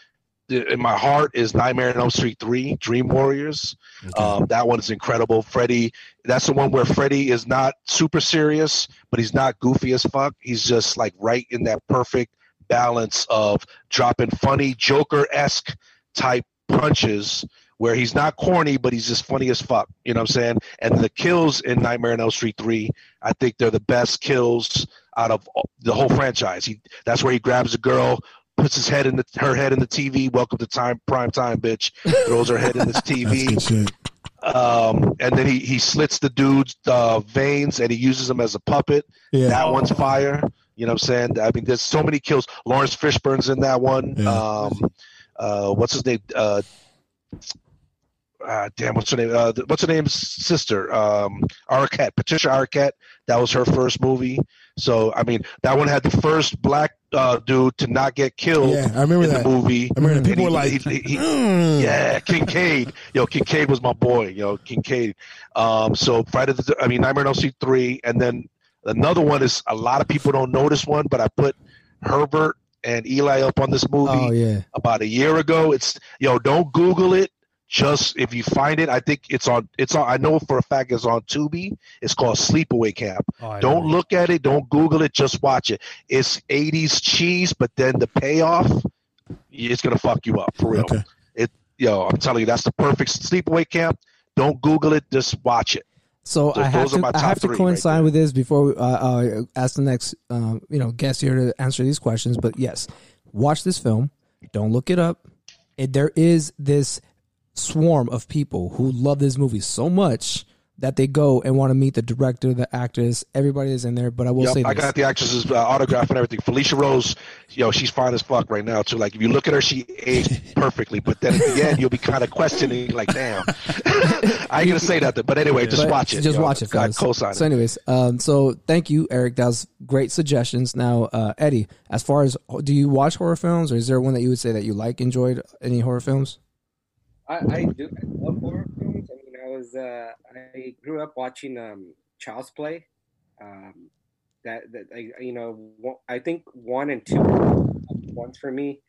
uh, in my heart is Nightmare on Elm Street 3, Dream Warriors. Okay. Um, that one is incredible. Freddy, that's the one where Freddy is not super serious, but he's not goofy as fuck. He's just like right in that perfect balance of dropping funny Joker esque type punches where he's not corny, but he's just funny as fuck. You know what I'm saying? And the kills in Nightmare on Elm Street 3, I think they're the best kills out of the whole franchise. He, that's where he grabs a girl, puts his head in the her head in the TV. Welcome to time prime time, bitch. Throws her head in this TV. Um, and then he he slits the dude's uh, veins and he uses him as a puppet. Yeah. That one's fire. You know what I'm saying? I mean, there's so many kills. Lawrence Fishburne's in that one. Yeah. Um, uh, what's his name? Uh, uh, damn, what's her name? Uh, what's her name's sister? Um, Arquette, Patricia Arquette. That was her first movie. So I mean, that one had the first black uh, dude to not get killed. Yeah, I remember in that the movie. I remember people he, were like, he, he, <laughs> mm. "Yeah, Kincaid." Yo, Kincaid was my boy. Yo, Kincaid. Um, so Friday the, I mean, Nightmare on Elm three, and then another one is a lot of people don't know this one, but I put Herbert and Eli up on this <laughs> movie oh, yeah. about a year ago. It's yo, don't Google it just if you find it, I think it's on. It's on. I know for a fact it's on Tubi. It's called Sleepaway Camp. Oh, don't know. look at it. Don't Google it. Just watch it. It's '80s cheese, but then the payoff, it's gonna fuck you up for real. Okay. It, yo, I'm telling you, that's the perfect sleepaway camp. Don't Google it. Just watch it. So, so I have to, I have to coincide right with this before we, uh, uh, ask the next um, you know guest here to answer these questions. But yes, watch this film. Don't look it up. It, there is this swarm of people who love this movie so much that they go and want to meet the director, the actress, everybody is in there. But I will yep, say, this. I got the actress's uh, autograph and everything. Felicia Rose, yo, she's fine as fuck right now too. Like if you look at her, she <laughs> aged perfectly. But then at the end, you'll be kind of questioning, like, damn, <laughs> I ain't gonna say nothing. But anyway, just but watch it. Just yo, watch it, fellas. Co-sign so, anyways, um, so thank you, Eric. That was great suggestions. Now, uh, Eddie, as far as do you watch horror films, or is there one that you would say that you like, enjoyed any horror films? I, I, do. I love horror films. I mean, I was uh, I grew up watching um, Child's Play. Um, that that I, you know, I think one and two ones for me.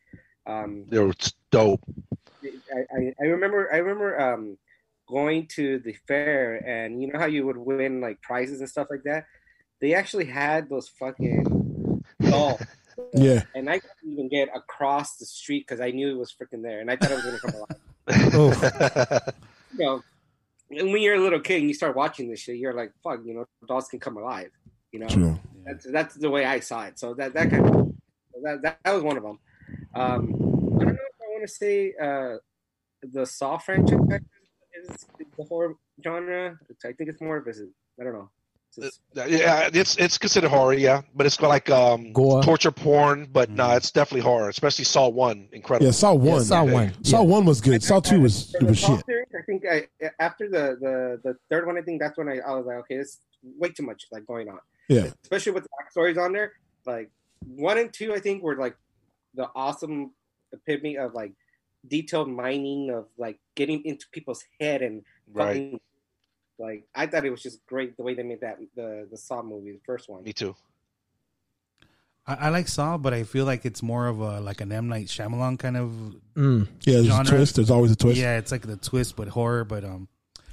Um, they were dope. <laughs> I, I, I, remember I remember um, going to the fair and you know how you would win like prizes and stuff like that. They actually had those fucking dolls. yeah, and I couldn't even get across the street because I knew it was freaking there, and I thought it was gonna come alive. oh. you know, and when you're a little kid and you start watching this shit, you're like, "Fuck," you know, dolls can come alive. You know, True. that's that's the way I saw it. So that that kind of that that, that was one of them. Um, I don't know if I want to say uh, the Saw franchise is, is the horror genre. I think it's more of a, I don't know. It's just... Yeah, it's it's considered horror, yeah, but it's like um Gore. torture porn, but no, nah, it's definitely horror, especially Saw One, incredible. Yeah, Saw One, yeah, Saw One, yeah. Saw One was good. Saw Two was was shit. Series, I think I, after the, the the third one, I think that's when I, I was like, okay, it's way too much like going on. Yeah, especially with the backstories on there. Like one and two, I think were like the awesome epitome of like detailed mining of like getting into people's head and fucking right like I thought it was just great the way they made that the the Saw movie, the first one. Me too. I, I like Saw, but I feel like it's more of a like an M Night Shyamalan kind of mm. yeah. There's genre. a twist. There's always a twist. Yeah, it's like the twist, but horror. But um,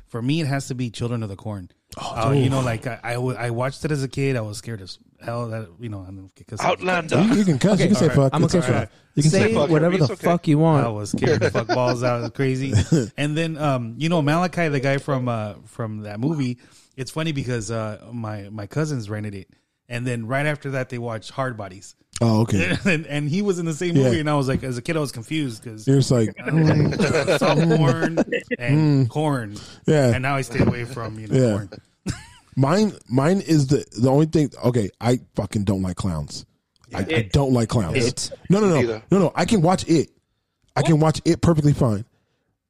for me, it has to be Children of the Corn. Oh, uh, you know, like I, I, w- I watched it as a kid. I was scared as hell. That you know, I'm because Outlander. You, you can cuss. Okay, you can say right. fuck. I'm gonna cuss right. You can say, say whatever the okay. fuck you want. I was scared. fuck balls out. <laughs> Crazy. And then um, you know, Malachi, the guy from uh from that movie. It's funny because uh my my cousins rented it, and then right after that they watched Hard Bodies. <laughs> Oh, okay. and, and, he was in the same movie, yeah. and I was like, as a kid, I was confused because you're just like <laughs> <laughs> mm. corn and mm. corn. Yeah, and now I stay away from you know yeah. corn. mine, mine is the the only thing. Okay, I fucking don't like clowns. I, I don't like clowns. It. No, no, no, no, no. I can watch it. I can watch it perfectly fine.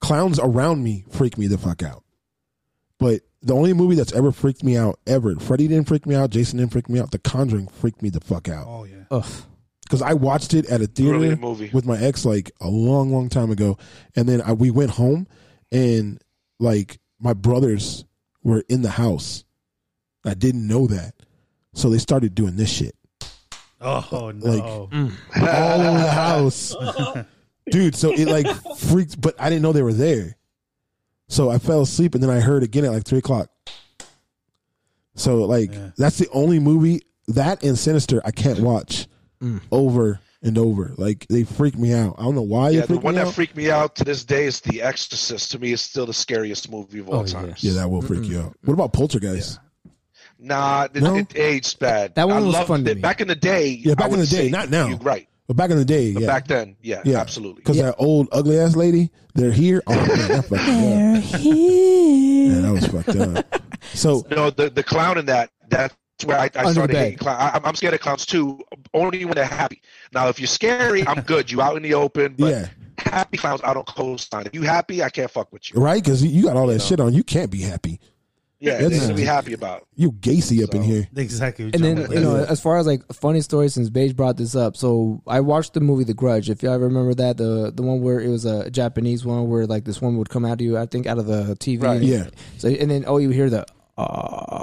Clowns around me freak me the fuck out. But the only movie that's ever freaked me out ever. Freddy didn't freak me out. Jason didn't freak me out. The Conjuring freaked me the fuck out. Oh yeah. Ugh. Because I watched it at a theater movie. with my ex like a long, long time ago, and then I, we went home, and like my brothers were in the house. I didn't know that, so they started doing this shit. Oh no! <laughs> Like all over the house, dude. So it like freaked, but I didn't know they were there. So I fell asleep, and then I heard again at like three o'clock. So like that's the only movie that and Sinister I can't watch Mm. over and over. Like they freak me out. I don't know why. they Yeah, the freak one me that out. freaked me out to this day is The Exorcist. To me, is still the scariest movie of all time. Yeah, that will freak you out. What about Poltergeist? Nah, it, No? it aged bad. That one I was loved fun to it. me. Back in the day. Yeah, back I in the would day, say not now. You're right. But back in the day, But yeah, back then, yeah, absolutely. Because that old ugly ass lady, they're here. Oh, man, that fucked me up. Man, that was fucked up. So no, the the clown in that that's where I, I Under started the hating clown. I, I'm- I'm scared of clowns too, only when they're happy. Now, if you're scary, I'm good. You out in the open, but happy clowns, I don't co-sign. If you happy, I can't fuck with you. right, because you, you got all that shit on, you can't be happy. Yeah, That's they should not- be happy about. it. You Gacy up in here. Exactly. And then you know, as far as like funny stories, since Beige brought this up, so I watched the movie The Grudge. If y'all remember that, the the one where it was a Japanese one where like this woman would come out to you, I think, out of the TV. Right. Yeah. So and then oh, you hear the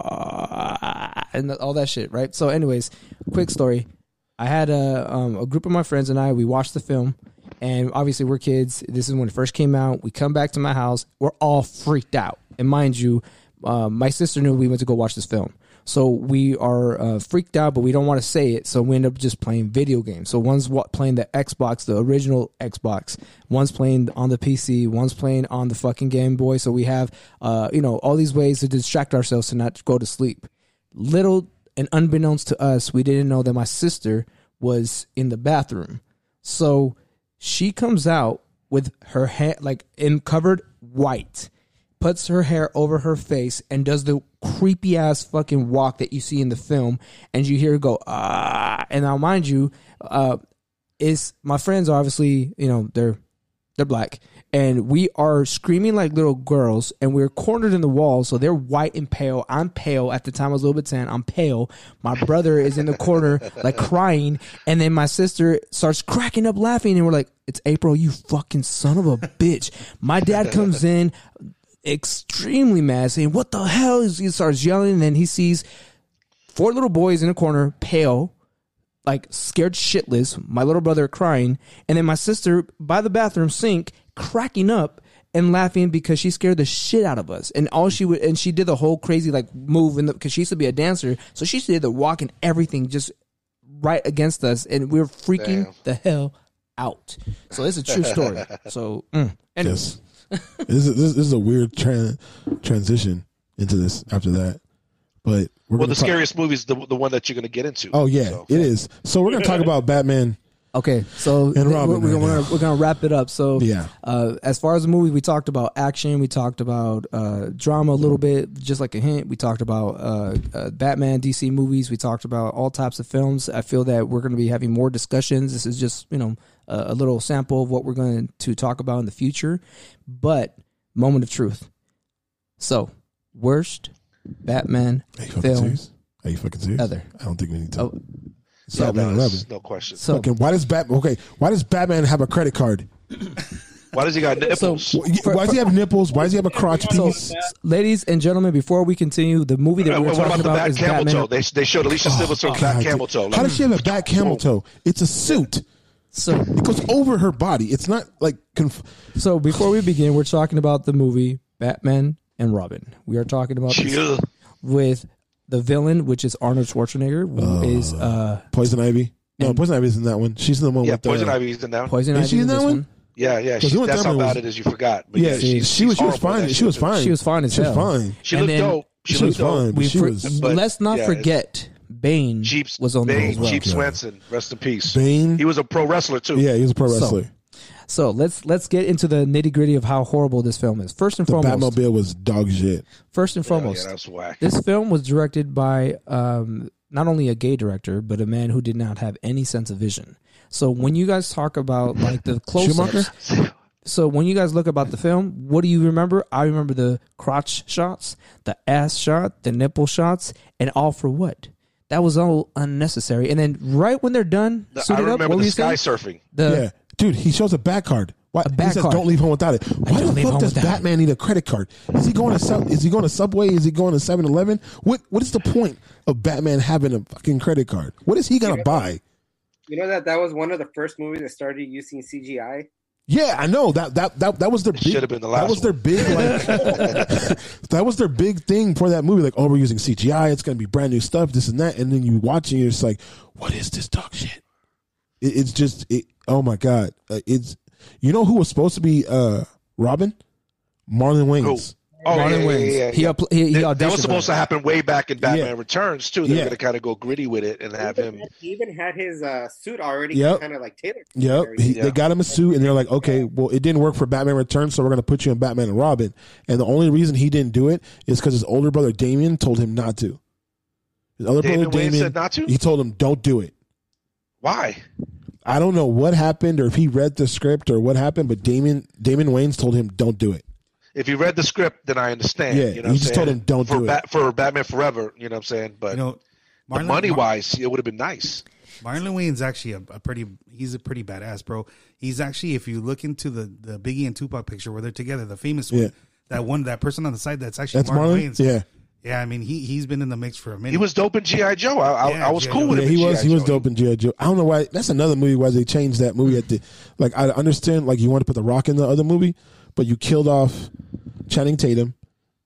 uh, and all that shit, right? So, anyways, quick story. I had a um, a group of my friends and I. We watched the film, and obviously we're kids. This is when it first came out. We come back to my house. We're all freaked out, and mind you, uh, my sister knew we went to go watch this film. So we are uh, freaked out, but we don't want to say it. So we end up just playing video games. So one's wa- playing the Xbox, the original Xbox. One's playing on the PC. One's playing on the fucking Game Boy. So we have, uh, you know, all these ways to distract ourselves to not go to sleep. Little and unbeknownst to us, we didn't know that my sister was in the bathroom. So she comes out with her hair like in covered white, puts her hair over her face, and does the creepy ass fucking walk that you see in the film, and you hear her go ah. And now, mind you, uh, is my friends are obviously you know they're they're black and we are screaming like little girls and we're cornered in the wall so they're white and pale i'm pale at the time i was a little bit tan i'm pale my brother is in the corner like crying and then my sister starts cracking up laughing and we're like it's april you fucking son of a bitch my dad comes in extremely mad saying what the hell is he starts yelling and then he sees four little boys in a corner pale like scared shitless, my little brother crying, and then my sister by the bathroom sink cracking up and laughing because she scared the shit out of us. And all she would and she did the whole crazy like move in the because she used to be a dancer, so she did the walk and everything just right against us, and we were freaking Damn. the hell out. So it's a true story. So mm. anyways, Yes. <laughs> this, is, this, this is a weird tran transition into this after that. But we're Well, gonna the talk- scariest movie is the the one that you're gonna get into. Oh yeah, it is. So we're gonna talk about Batman. Okay, so and Robin. we're, we're, right now. gonna, we're gonna wrap it up. So Yeah. uh, as far as the movie, we talked about action, we talked about uh, drama a little bit, just like a hint. We talked about uh, uh, Batman, DC movies. We talked about all types of films. I feel that we're gonna be having more discussions. This is just you know a, a little sample of what we're going to talk about in the future. But moment of truth. So worst Batman fucking film serious? Are you fucking serious? Other. I don't think we need to. Oh. It's Batman no, Eleven. it's no question. So- Fucking, why does Batman? Okay, why does Batman have a credit card? Why does he got nipples? Why does he have nipples? Why does he have a crotch piece? Ladies and gentlemen, before we continue, the movie that Uh, we're what talking about the about back is camel Batman. Oh, toe? They, they showed Alicia Silverstone's back Oh, God, camel dude. toe. How Like, does she have a back camel toe? It's a suit. So it goes over her body. It's not like conf- So before we begin, we're talking about the movie Batman and Robin. We are talking about this uh, Yeah. with the villain, which is Arnold Schwarzenegger, who is uh, Poison Ivy. No, Poison Ivy isn't that one. She's the one yeah, with the Poison Ivy's in that. one. Poison Is Ivy she in in that this one? one. Yeah, yeah. Because She, the one that's time how it was- bad it is. You forgot. But Yeah, she, she's- she was she's she was horrible in fine. that She was shit, too. fine. She was fine as She was hell. fine. She And looked then dope. She, she was looked dope. fine. but We she for- was- but- let's not yeah, it's- forget Bane Jeeps was on there Bane, as well. Jeep Swenson, rest in peace. Bane. He was a pro wrestler too. Yeah, he was a pro So, wrestler. So let's let's get into the nitty gritty of how horrible this film is. First and the foremost, Batmobile was dog shit. First and yeah, foremost, that's <laughs> whack. this film was directed by um, not only a gay director, but a man who did not have any sense of vision. So when you guys talk about like the Schumacher? close-ups, so when you guys look about the film, what do you remember? I remember the crotch shots, the ass shot, the nipple shots, and all for what? That was all unnecessary. And then right when they're done, The- I suited up, remember what were the you sky saying? surfing. The yeah, dude, he shows a back card. Why, Uh, A bat he says, card. "Don't leave home without it." Why don't the leave fuck home does without it. Batman need a credit card? Is he going to sub, Is he going to Subway? Is he going to 7-Eleven? What What is the point of Batman having a fucking credit card? What is he gonna buy? You know that that was one of the first movies that started using CGI. Yeah, I know that that that that was their big, should've been the that last was their big like <laughs> <laughs> that was their big thing for that movie. Like, oh, we're using CGI. It's gonna be brand new stuff. This and that. And then you watching, it's like, what is this dog shit? It, it's just it. Oh my god, uh, it's you know who was supposed to be uh Robin, Marlon Wayans. Oh, Marlon yeah, yeah, Wayans. yeah, yeah, He yeah. appl- he- he that, that auditioned for was supposed to that. happen way back in Batman Returns too. They Yeah. were gonna kind of go gritty with it and have him. He even had his uh, suit already Yep. kind of like tailored. Yep, he, Yeah. they got him a suit, and they're like, "Okay, well, it didn't work for Batman Returns, so we're gonna put you in Batman and Robin." And the only reason he didn't do it is because his older brother Damien told him not to. His older Damon brother Wayans Damien said not to? He told him, "Don't do it." Why? I don't know what happened, or if he read the script, or what happened, but Damien Damon Wayans told him, "Don't do it." If you read the script, then I understand. Yeah, you know you what just I'm told saying? him, "Don't for do it." for Batman Forever. You know what I'm saying? But You know, Marlon- money Mar- wise, it would have been nice. Marlon Wayne's actually a, a pretty he's a pretty badass, bro. He's actually if you look into the the Biggie and Tupac picture where they're together, the famous Yeah. one, that one that person on the side that's actually That's Marlon, Marlon. Wayans. Yeah, Yeah, I mean he he's been in the mix for a minute. He was dope in GI Joe. I I, Yeah, I was G.I. cool Joe. with yeah, him. in he was G.I. he was Joe. dope in GI Joe. I don't know why. That's another movie why they changed that movie at the like. I understand like you want to put the Rock in the other movie, but you killed off Channing Tatum.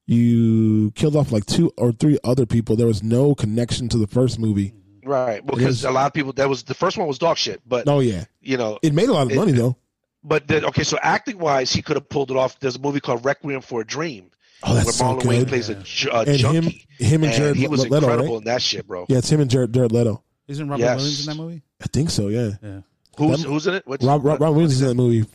You killed off like two or three other people. There was no connection to the first movie. Right, because a lot of people that was the first one was dog shit, but Oh yeah, you know, it made a lot of It- money though. but then, okay, so acting wise, he could have pulled it off. There's a movie called Requiem for a Dream. Oh, that's where so Marlon good. Wayne plays a, ju- a And him- junkie. him and Jared he was Leto, right? incredible in that shit, bro. Yeah, it's him and Jared, Jared Leto. Isn't Robert Yes. Williams in that movie? I think so. Yeah, Yeah. Who's That- who's in it? What's, Rob Rob, Rob Williams is in that movie.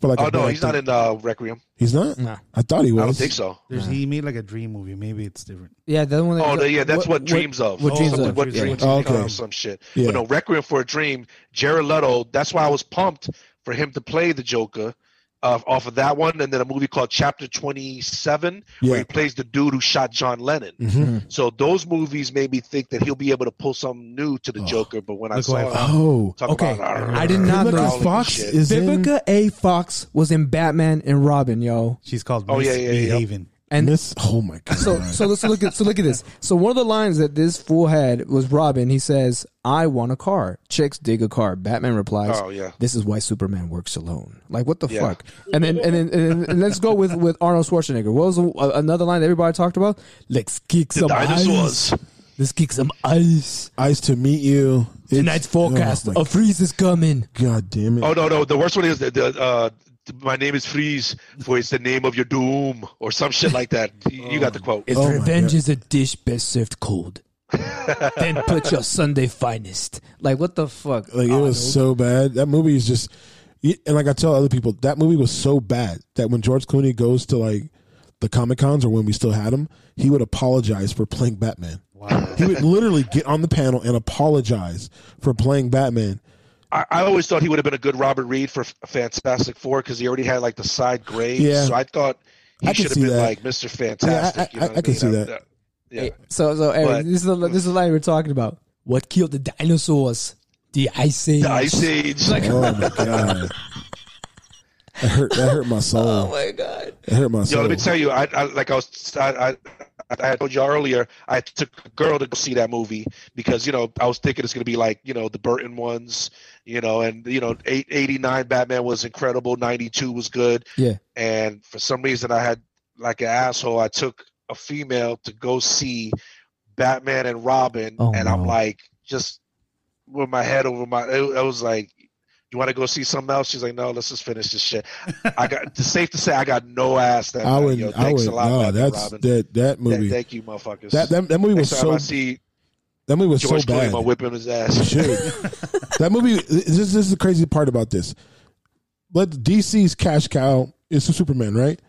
For like oh a no, bad he's not thing. in uh, Requiem. He's not. Nah. I thought he was. I don't think so. There's, he made like a dream movie. Maybe it's different. Yeah, the one. Oh, yeah, that's what, dreams of. What Oh, dreams something, of? What um, yeah. dreams Oh, become, okay. Some shit. Yeah. But no, Requiem for a Dream. Jared Leto. That's why I was pumped for him to play the Joker. Uh, off of that one, and then a movie called Chapter Twenty Seven, Yeah. where he plays the dude who shot John Lennon. Mm-hmm. So those movies made me think that he'll be able to pull something new to the Joker. But when I Look saw what I it, Oh, talk Okay, about "Arr." I did not Vivica know. Holy Fox shit. is in Vivica A. Fox was in Batman and Robin, yo. She's called Oh, yeah, yeah, yeah. Misbehaving. And Miss. Oh my god. so so let's look at so look at this. So one of the lines that this fool had was Robin. He says, "I want a car. Chicks dig a car." Batman replies, Oh, yeah. this is why Superman works alone." Like what the Yeah. fuck? And then and then and, then- and let's go with with Arnold Schwarzenegger. What was the, uh, another line that everybody talked about? Let's kick the some <laughs> dinosaurs. ice. Let's kick some ice. Ice to meet you. It's- Tonight's forecast: Oh my a freeze is coming. god damn it. Oh no, no. The worst one is the, the uh, my name is Freeze, for it's the name of your doom or some shit like that. You you got the quote. If Oh my revenge God. is a dish best served <laughs> cold, then put your Sunday finest. Like what the fuck? Oh, Like it Arnold? was so bad. That movie is just, y- and like I tell other people, that movie was so bad that when George Clooney goes to like the Comic Cons or when we still had him, he would apologize for playing Batman. Wow. He would literally get on the panel and apologize for playing <laughs> Batman. I, I always thought he would have been a good Robert Reed for F- Fantastic Four because he already had like the side grades. Yeah. So I thought I he can should have see been that. like Mister Fantastic. Yeah, I- you know I- what I can mean? see that. yeah. Hey, Eh, So, so Eric, But- this is the this is the line we're talking about. What killed the dinosaurs? The ice age. The Ice Age. Oh my god. That hurt. That hurt my soul. Oh my god. It hurt my soul. Yo, let me tell you, I, I like I was I, I I had told you earlier, I took a girl to go see that movie because you know I was thinking it's gonna be like you know the Burton ones, you know, and you know eight, 89 Batman was incredible, ninety two was good, Yeah. and for some reason I had like an asshole, I took a female to go see Batman and Robin, Oh, and I'm no. like just with my head over my, it, I was like. You want to go see something else? She's like, no, let's just finish this shit. I got. It's safe to say, I got no ass that I night, would. yo. I Thanks would. a lot, No, Batman that's Robin. that. That Th- movie. That thank you, motherfuckers. that, that, movie was Next so. time I see That movie was George so bad. Clooney, I'm whipping his You ass. should. <laughs> that movie. This, this is the crazy part about this. Let DC's cash cow is Superman, right?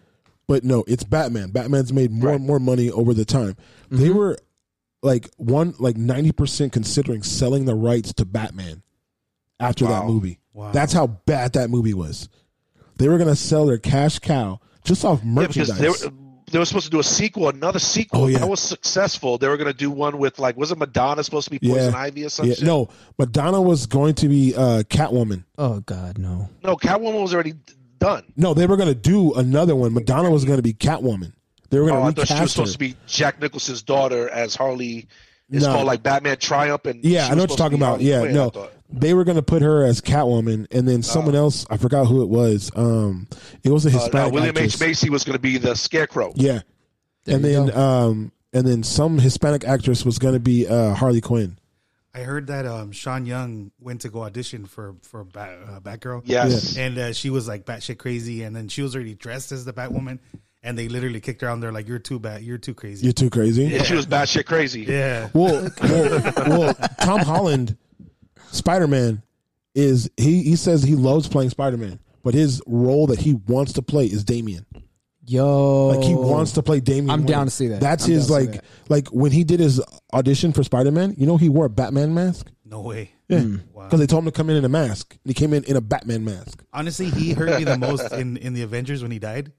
But no, it's Batman. Batman's made more and more money over the time. They Mm-hmm. were like one, like ninety percent considering selling the rights to Batman after that Wow. movie. Wow. That's how bad that movie was. They were gonna sell their cash cow just off Yeah, because merchandise. they were, they were supposed to do a sequel, another sequel. Oh, yeah. That was successful. They were going to do one with like, wasn't Madonna supposed to be Poison Ivy or something? No, Madonna was going to be uh, Catwoman. Oh God, no. No, Catwoman was already done. No, they were going to do another one. Madonna was going to be Catwoman. They were Oh, I going to thought she was recast her. supposed to be Jack Nicholson's daughter as Harley. It's No. called like Batman Triumph, and Yeah, she I know was what you're supposed to talking be about. Harley Yeah, Quinn, I no, thought. they were gonna put her as Catwoman, and then someone else. I forgot who it was. Um, it was a Uh, no, Hispanic William actress. H Macy was going to be the Scarecrow. Yeah, and you then um, and then some Hispanic actress was gonna be uh, Harley Quinn. I heard that um, Sean Young went to go audition for for Bat, uh, Batgirl. Yes. and uh, she was like batshit crazy, and then she was already dressed as the Batwoman, and they literally kicked her out. And they're like, "You're too bad. You're too crazy. You're too crazy. Yeah, she was batshit crazy. <laughs> Yeah. Well, well, well Tom Holland, Spider Man, is he? He says he loves playing Spider Man, but his role that he wants to play is Damien. Yo, Like he wants to play Damian. Oh. I'm Wayne. down to see that. That's I'm his down to see like like when he did his audition for Spider Man. You know he wore a Batman mask. No way. Yeah, Hmm. because they told him to come in in a mask. And he came in in a Batman mask. Honestly, he hurt me the most in, in the Avengers when he died.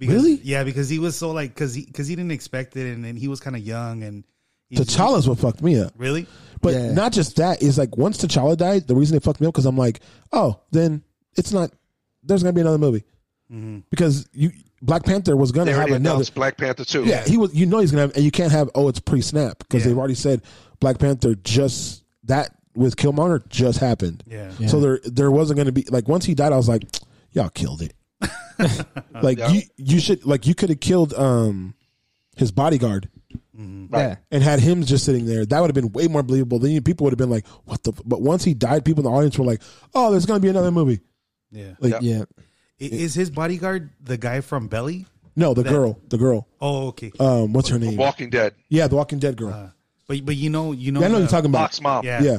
Because, Really? Yeah, because he was so like because he because he didn't expect it, and, and he was kind of young and he- T'Challa's what fucked me up. Really? But not just that is like once T'Challa died, the reason they fucked me up because I'm like, oh, then it's not. There's gonna be another movie Mm-hmm. because you Black Panther was gonna They have already another. announced Black Panther too. Yeah, he was. You know he's gonna have, and you can't have. Oh, it's pre snap because they've already said Black Panther just that with Killmonger just happened. Yeah. So there there wasn't gonna be like once he died, I was like, y'all killed <laughs> it. like you you should like you could have killed um his bodyguard. Yeah. And had him just sitting there, that would have been way more believable. Then you- people would have been like, "What the?" f-" But once he died, people in the audience were like, "Oh, there's gonna be another movie." Yeah. Like, yeah. I- Is his bodyguard the guy from Belly? No, the That- girl, the girl. Oh, okay. Um, what's her name? Walking Dead. Yeah, the Walking Dead girl. But but you know you know Yeah, I know the- you're talking about. Fox Mom. Yeah.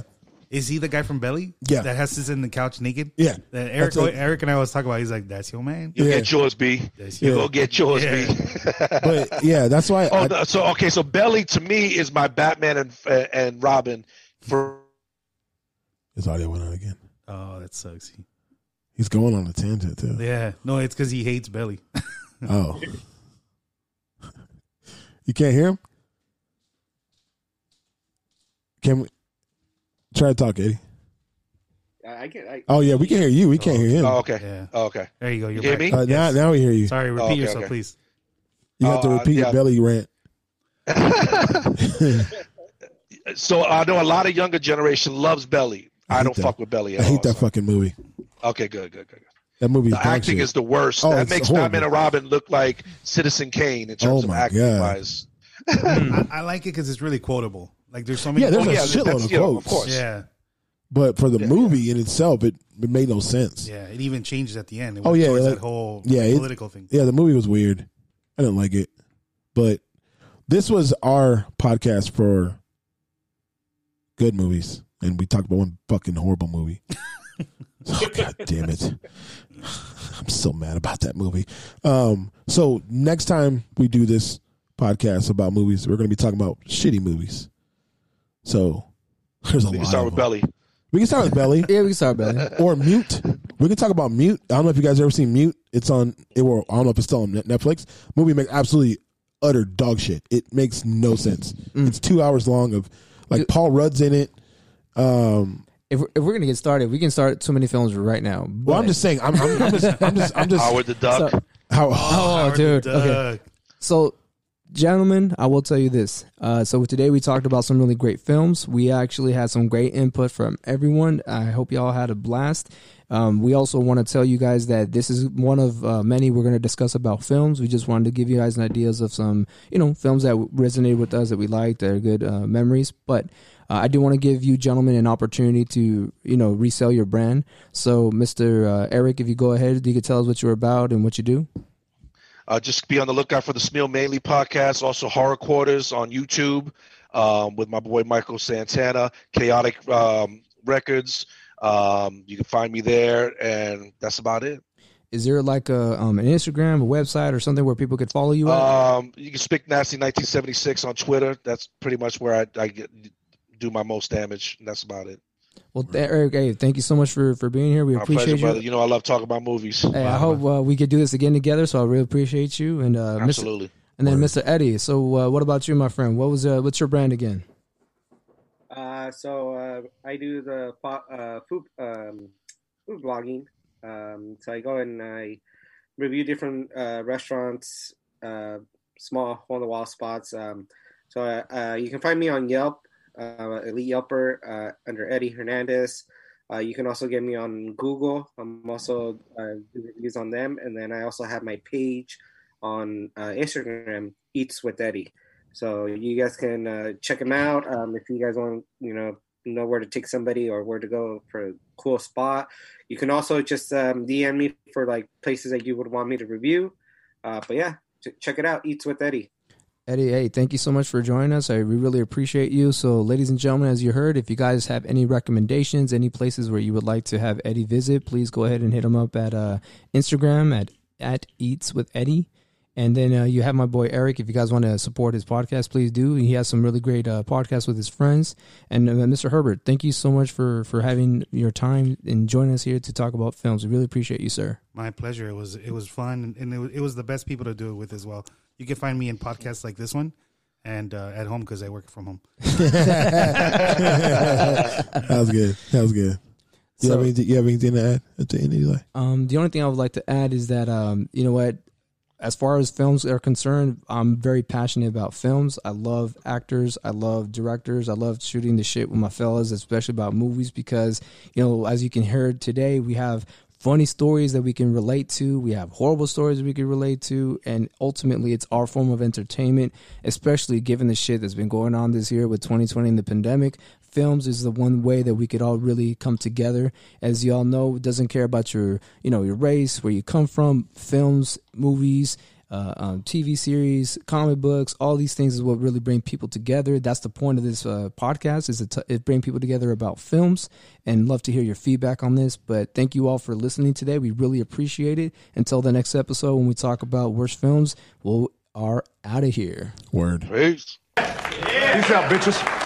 Is he the guy from Belly? Yeah. That has to sit in the couch naked. Yeah. That Eric That's it. Eric and I always talk about. He's like, that's your man. You get yours, B. You Yeah. go get yours, Yeah. B. but yeah, that's why. <laughs> Oh, I, no, so okay, so Belly to me is my Batman and uh, and Robin for his audio went out again. Oh, that sucks. He- He's going on a tangent too. Yeah. No, it's because he hates Belly. Oh, you can't hear him. Can we try to talk, Eddie? I I get. I, Oh yeah, we can hear you. We can't hear him. Oh, okay. Yeah. Oh, okay. There you go. You're hear back. me? Uh, now, now we hear you. Sorry, repeat Oh, okay, yourself, okay. please. You have to Oh, uh, repeat yeah. your belly rant. So I know a lot of younger generation loves Belly. I, don't that. fuck with Belly I at hate all. that fucking movie. Okay, good, good, good. good. That movie. The acting is the worst. Oh, that it's makes horrible. Batman and Robin look like Citizen Kane in Oh terms of my acting God. wise. I, I like it because it's really quotable. Like there's so many. Yeah, there's a yeah, shitload that's- of yeah, of quotes. course. yeah, But for the movie in itself, it, it made no sense. yeah. It even changes at the end. It Oh, went yeah, towards like- that whole yeah, it- political thing. Yeah, the movie was weird. I didn't like it. But this was our podcast for good movies. And we talked about one fucking horrible movie. <laughs> oh, God damn it. I'm so mad about that movie. Um, so next time we do this podcast about movies, we're going to be talking about shitty movies. So there's a You lot. start of with them. Belly. We can start with Belly Yeah, we can start Belly. or Mute. We can talk about Mute. I don't know if you guys ever seen Mute. It's on. It will. I don't know if it's still on Net- Netflix. Movie makes absolutely utter dog shit. It makes no sense. It's two hours long of like Paul Rudd's in it. Um, If we're, if we're gonna get started, we can start so many films right now. well, I'm but- just saying. I'm, <laughs> I'm, I'm just. I'm just. I'm just. <laughs> Howard the Duck. So- how, Oh, Howard dude. the Okay. Duck. So, gentlemen, I will tell you this. Uh, so today we talked about some really great films. We actually had some great input from everyone. I hope y'all had a blast. Um, we also want to tell you guys that this is one of uh, many we're going to discuss about films. We just wanted to give you guys an ideas of some, you know, films that resonated with us that we liked, that are good uh, memories. But uh, I do want to give you gentlemen an opportunity to, you know, resell your brand. So, Mr. Uh, Eric, if you go ahead, you could tell us what you're about and what you do. Uh, just be on the lookout for the Smeal Mainly podcast, also Horror Quarters on YouTube um, with my boy Michael Santana, Chaotic um, Records. Um, you can find me there, and that's about it. is there like a um, an Instagram, a website, or something where people could follow you? at? Um, you can speak nasty 1976 on Twitter. That's pretty much where I, I get, do my most damage. and That's about it. well, th- Eric, hey, thank you so much for for being here. We My appreciate pleasure, you. brother. You know I love talking about movies. Hey, I hope uh, we could do this again together. So I really appreciate you and uh, Mr. Absolutely. And then Mr. Eddie. So, uh, what about you, my friend? What was uh, what's your brand again? Uh, so uh, I do the fo- uh, food um, food blogging. Um, so I go and I review different uh, restaurants, uh, small hole in the wall spots. Um, so uh, uh, you can find me on Yelp, uh, Elite Yelper, uh, under Eddie Hernandez. Uh, you can also get me on Google. I'm also uh, do reviews on them, and then I also have my page on uh, Instagram, Eats with Eddie. So you guys can uh, check them out um, if you guys want, you know, know where to take somebody or where to go for a cool spot. You can also just um, DM me for like places that you would want me to review. Uh, but yeah, ch- check it out. Eats with Eddie. Eddie, hey, thank you so much for joining us. I we really appreciate you. So, ladies and gentlemen, as you heard, if you guys have any recommendations, any places where you would like to have Eddie visit, please go ahead and hit him up at uh, Instagram at at Eats with Eddie. And then uh, you have my boy Eric. If you guys want to support his podcast, please do. He has some really great uh, podcasts with his friends. And uh, Mr. Herbert, thank you so much for for having your time and joining us here to talk about films. We really appreciate you, sir. My pleasure. It was it was fun, and it, wa- it was the best people to do it with as well. You can find me in podcasts like this one, and uh, at home because I work from home. that was good. That was good. Do you, have, anything, you have anything to add at the end of your Um, the only thing I would like to add is that um, you know what, as far as films are concerned, I'm very passionate about films. I love actors. I love directors. I love shooting the shit with my fellas, especially about movies because you know, as you can hear today, we have funny stories that we can relate to. We have horrible stories we can relate to, and ultimately, it's our form of entertainment. Especially given the shit that's been going on this year with 2020 and the pandemic, films is the one way that we could all really come together. As y'all know, it doesn't care about your you know your race, where you come from. Films, movies uh, um, TV series, comic books, all these things is what really bring people together. That's the point of this uh, podcast is to t- it bring people together about films and love to hear your feedback on this. But thank you all for listening today. We really appreciate it. Until the next episode when we talk about worst films, we are out of here. Word. Peace. Peace out, bitches.